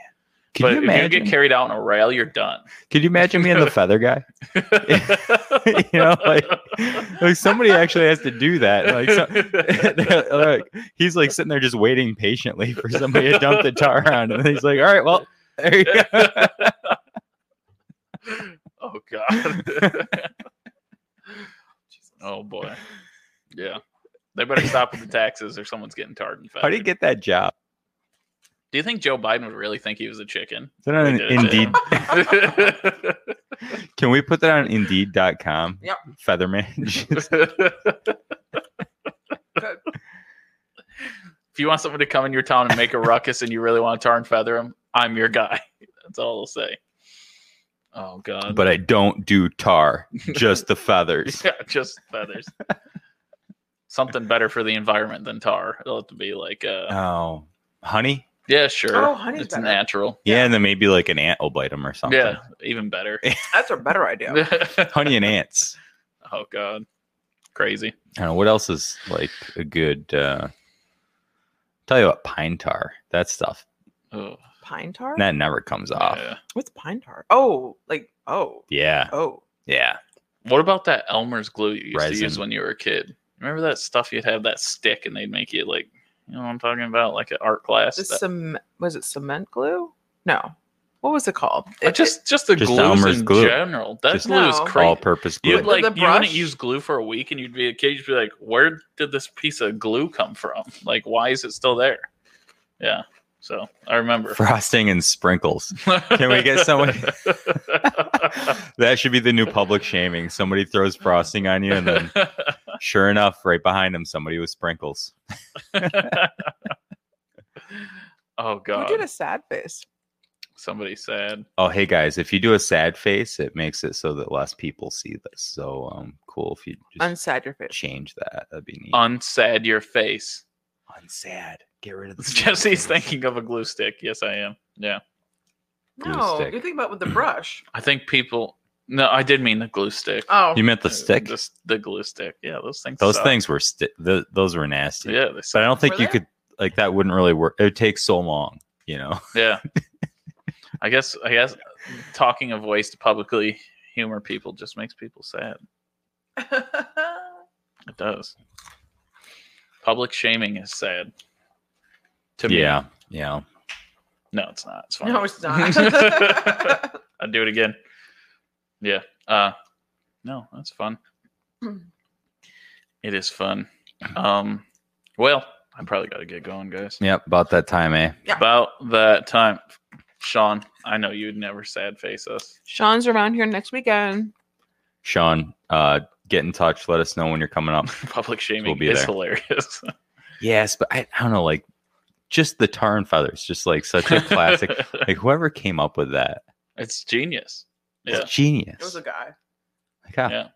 S4: Could
S3: but
S4: you
S3: if you
S4: imagine?
S3: get carried out in a rail, you're done.
S4: could you imagine me and the feather guy? you know, like, like somebody actually has to do that. Like, so, they're like, he's like sitting there just waiting patiently for somebody to dump the tar on, him. and he's like, "All right, well, there you go."
S3: oh god. oh boy. Yeah. They better stop with the taxes or someone's getting tarred and feathered.
S4: How do you get that job?
S3: Do you think Joe Biden would really think he was a chicken?
S4: Is that on
S3: They did it
S4: Indeed?
S3: to
S4: Can we put that on Indeed.com?
S2: Yep.
S4: Featherman.
S3: him. if you want someone to come in your town and make a ruckus and you really want to tar and feather him, I'm your guy. That's all I'll say. Oh god.
S4: but I don't do tar, just the feathers.
S3: Yeah, just feathers. Something better for the environment than tar. It'll have to be like, uh,
S4: Oh, honey.
S3: yeah, sure.
S2: Oh, honey's
S3: it's
S2: better.
S3: natural.
S4: Yeah, and then maybe like an ant will bite him or something.
S3: Yeah, even better.
S2: That's a better idea.
S4: honey and ants.
S3: oh god, crazy.
S4: I don't know what else is like a good. uh Tell you what, pine tar. That stuff
S3: Oh,
S2: Pine tar?
S4: that never comes off.
S3: yeah.
S2: What's pine tar? Oh, like oh,
S4: Yeah,
S2: oh.
S4: yeah.
S3: What about that Elmer's glue you used to use
S4: Resin.
S3: when you were a kid? Remember that stuff you'd have that stick and they'd make you like, you know what I'm talking about, like an art class.
S2: The
S3: That-
S2: cement was it cement glue? No. What was it called?
S3: Uh, just just the
S4: Just
S3: glues
S4: Elmer's
S3: in
S4: glue.
S3: general. That
S4: Just
S3: glue is
S2: No.
S3: crazy.
S4: All-purpose glue.
S3: You'd like
S2: The
S3: you wouldn't
S2: brush?
S3: use glue for a week, and you'd be a kid. You'd be like, "Where did this piece of glue come from? Like, why is it still there?" Yeah. So I remember.
S4: Frosting and sprinkles. Can we get someone? that should be the new public shaming. Somebody throws frosting on you, and then sure enough, right behind him, somebody with sprinkles.
S3: oh
S2: Who
S3: God!
S2: did a sad face?
S3: Somebody sad.
S4: Oh, hey guys, if you do a sad face, it makes it so that less people see this. So, um, cool if you just
S2: Unsad your face.
S4: change that. That'd be neat.
S3: Unsad your face.
S4: Unsad. Get rid of the. sad
S3: Jesse's
S4: face.
S3: thinking of a glue stick. Yes, I am. Yeah.
S4: glue
S2: No,
S4: stick.
S2: you're thinking about with the brush.
S3: I think people. No, I did mean the glue stick.
S2: Oh,
S4: You meant the stick.
S3: Just the glue stick. Yeah, those things.
S4: Those
S3: suck.
S4: things were sti- th- those were nasty.
S3: Yeah, they
S4: But I
S3: suck.
S4: don't think
S2: Were
S4: you
S2: they?
S4: could like that wouldn't really work. It would take so long, you know.
S3: Yeah. I guess I guess talking of ways to publicly humor people just makes people sad. It does. Public shaming is sad. To me.
S4: yeah. Yeah.
S3: No, it's not. It's fine.
S2: no, it's not.
S3: I'd do it again. Yeah. Uh no, that's fun.
S2: Mm.
S3: It is fun. Um well, I probably gotta get going, guys.
S4: Yep. About that time, eh?
S3: About that time. Sean, I know you'd never sad face us.
S2: Sean's around here next weekend.
S4: Sean, uh, get in touch. Let us know when you're coming up.
S3: Public shaming
S4: be
S3: is
S4: there.
S3: hilarious.
S4: yes, but I, I don't know, like just the tar and feathers, just like such a classic. like whoever came up with that,
S3: It's genius.
S4: it's
S3: Yeah.
S4: genius.
S2: It was a guy.
S4: Like, ah.
S3: Yeah.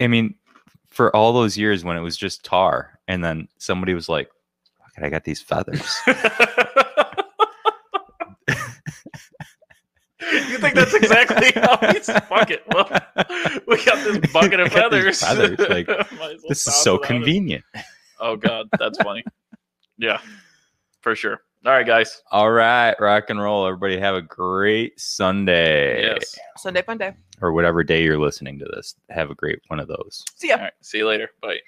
S4: I mean, for all those years when it was just tar, and then somebody was like, "Fuck it, I got these feathers."
S3: you think that's exactly how he's fuck it. Well, we got this bucket of
S4: I got
S3: feathers.
S4: these feathers, like,
S3: Might as well
S4: this is
S3: toss
S4: so
S3: it out.
S4: convenient.
S3: Oh god, that's funny. yeah. For sure. All right, guys.
S4: All right, rock and roll. Everybody have a great Sunday
S3: Yes.
S2: Sunday fun day.
S4: or whatever day you're listening to this. Have a great one of those.
S2: See ya.
S3: All right. See you later. Bye.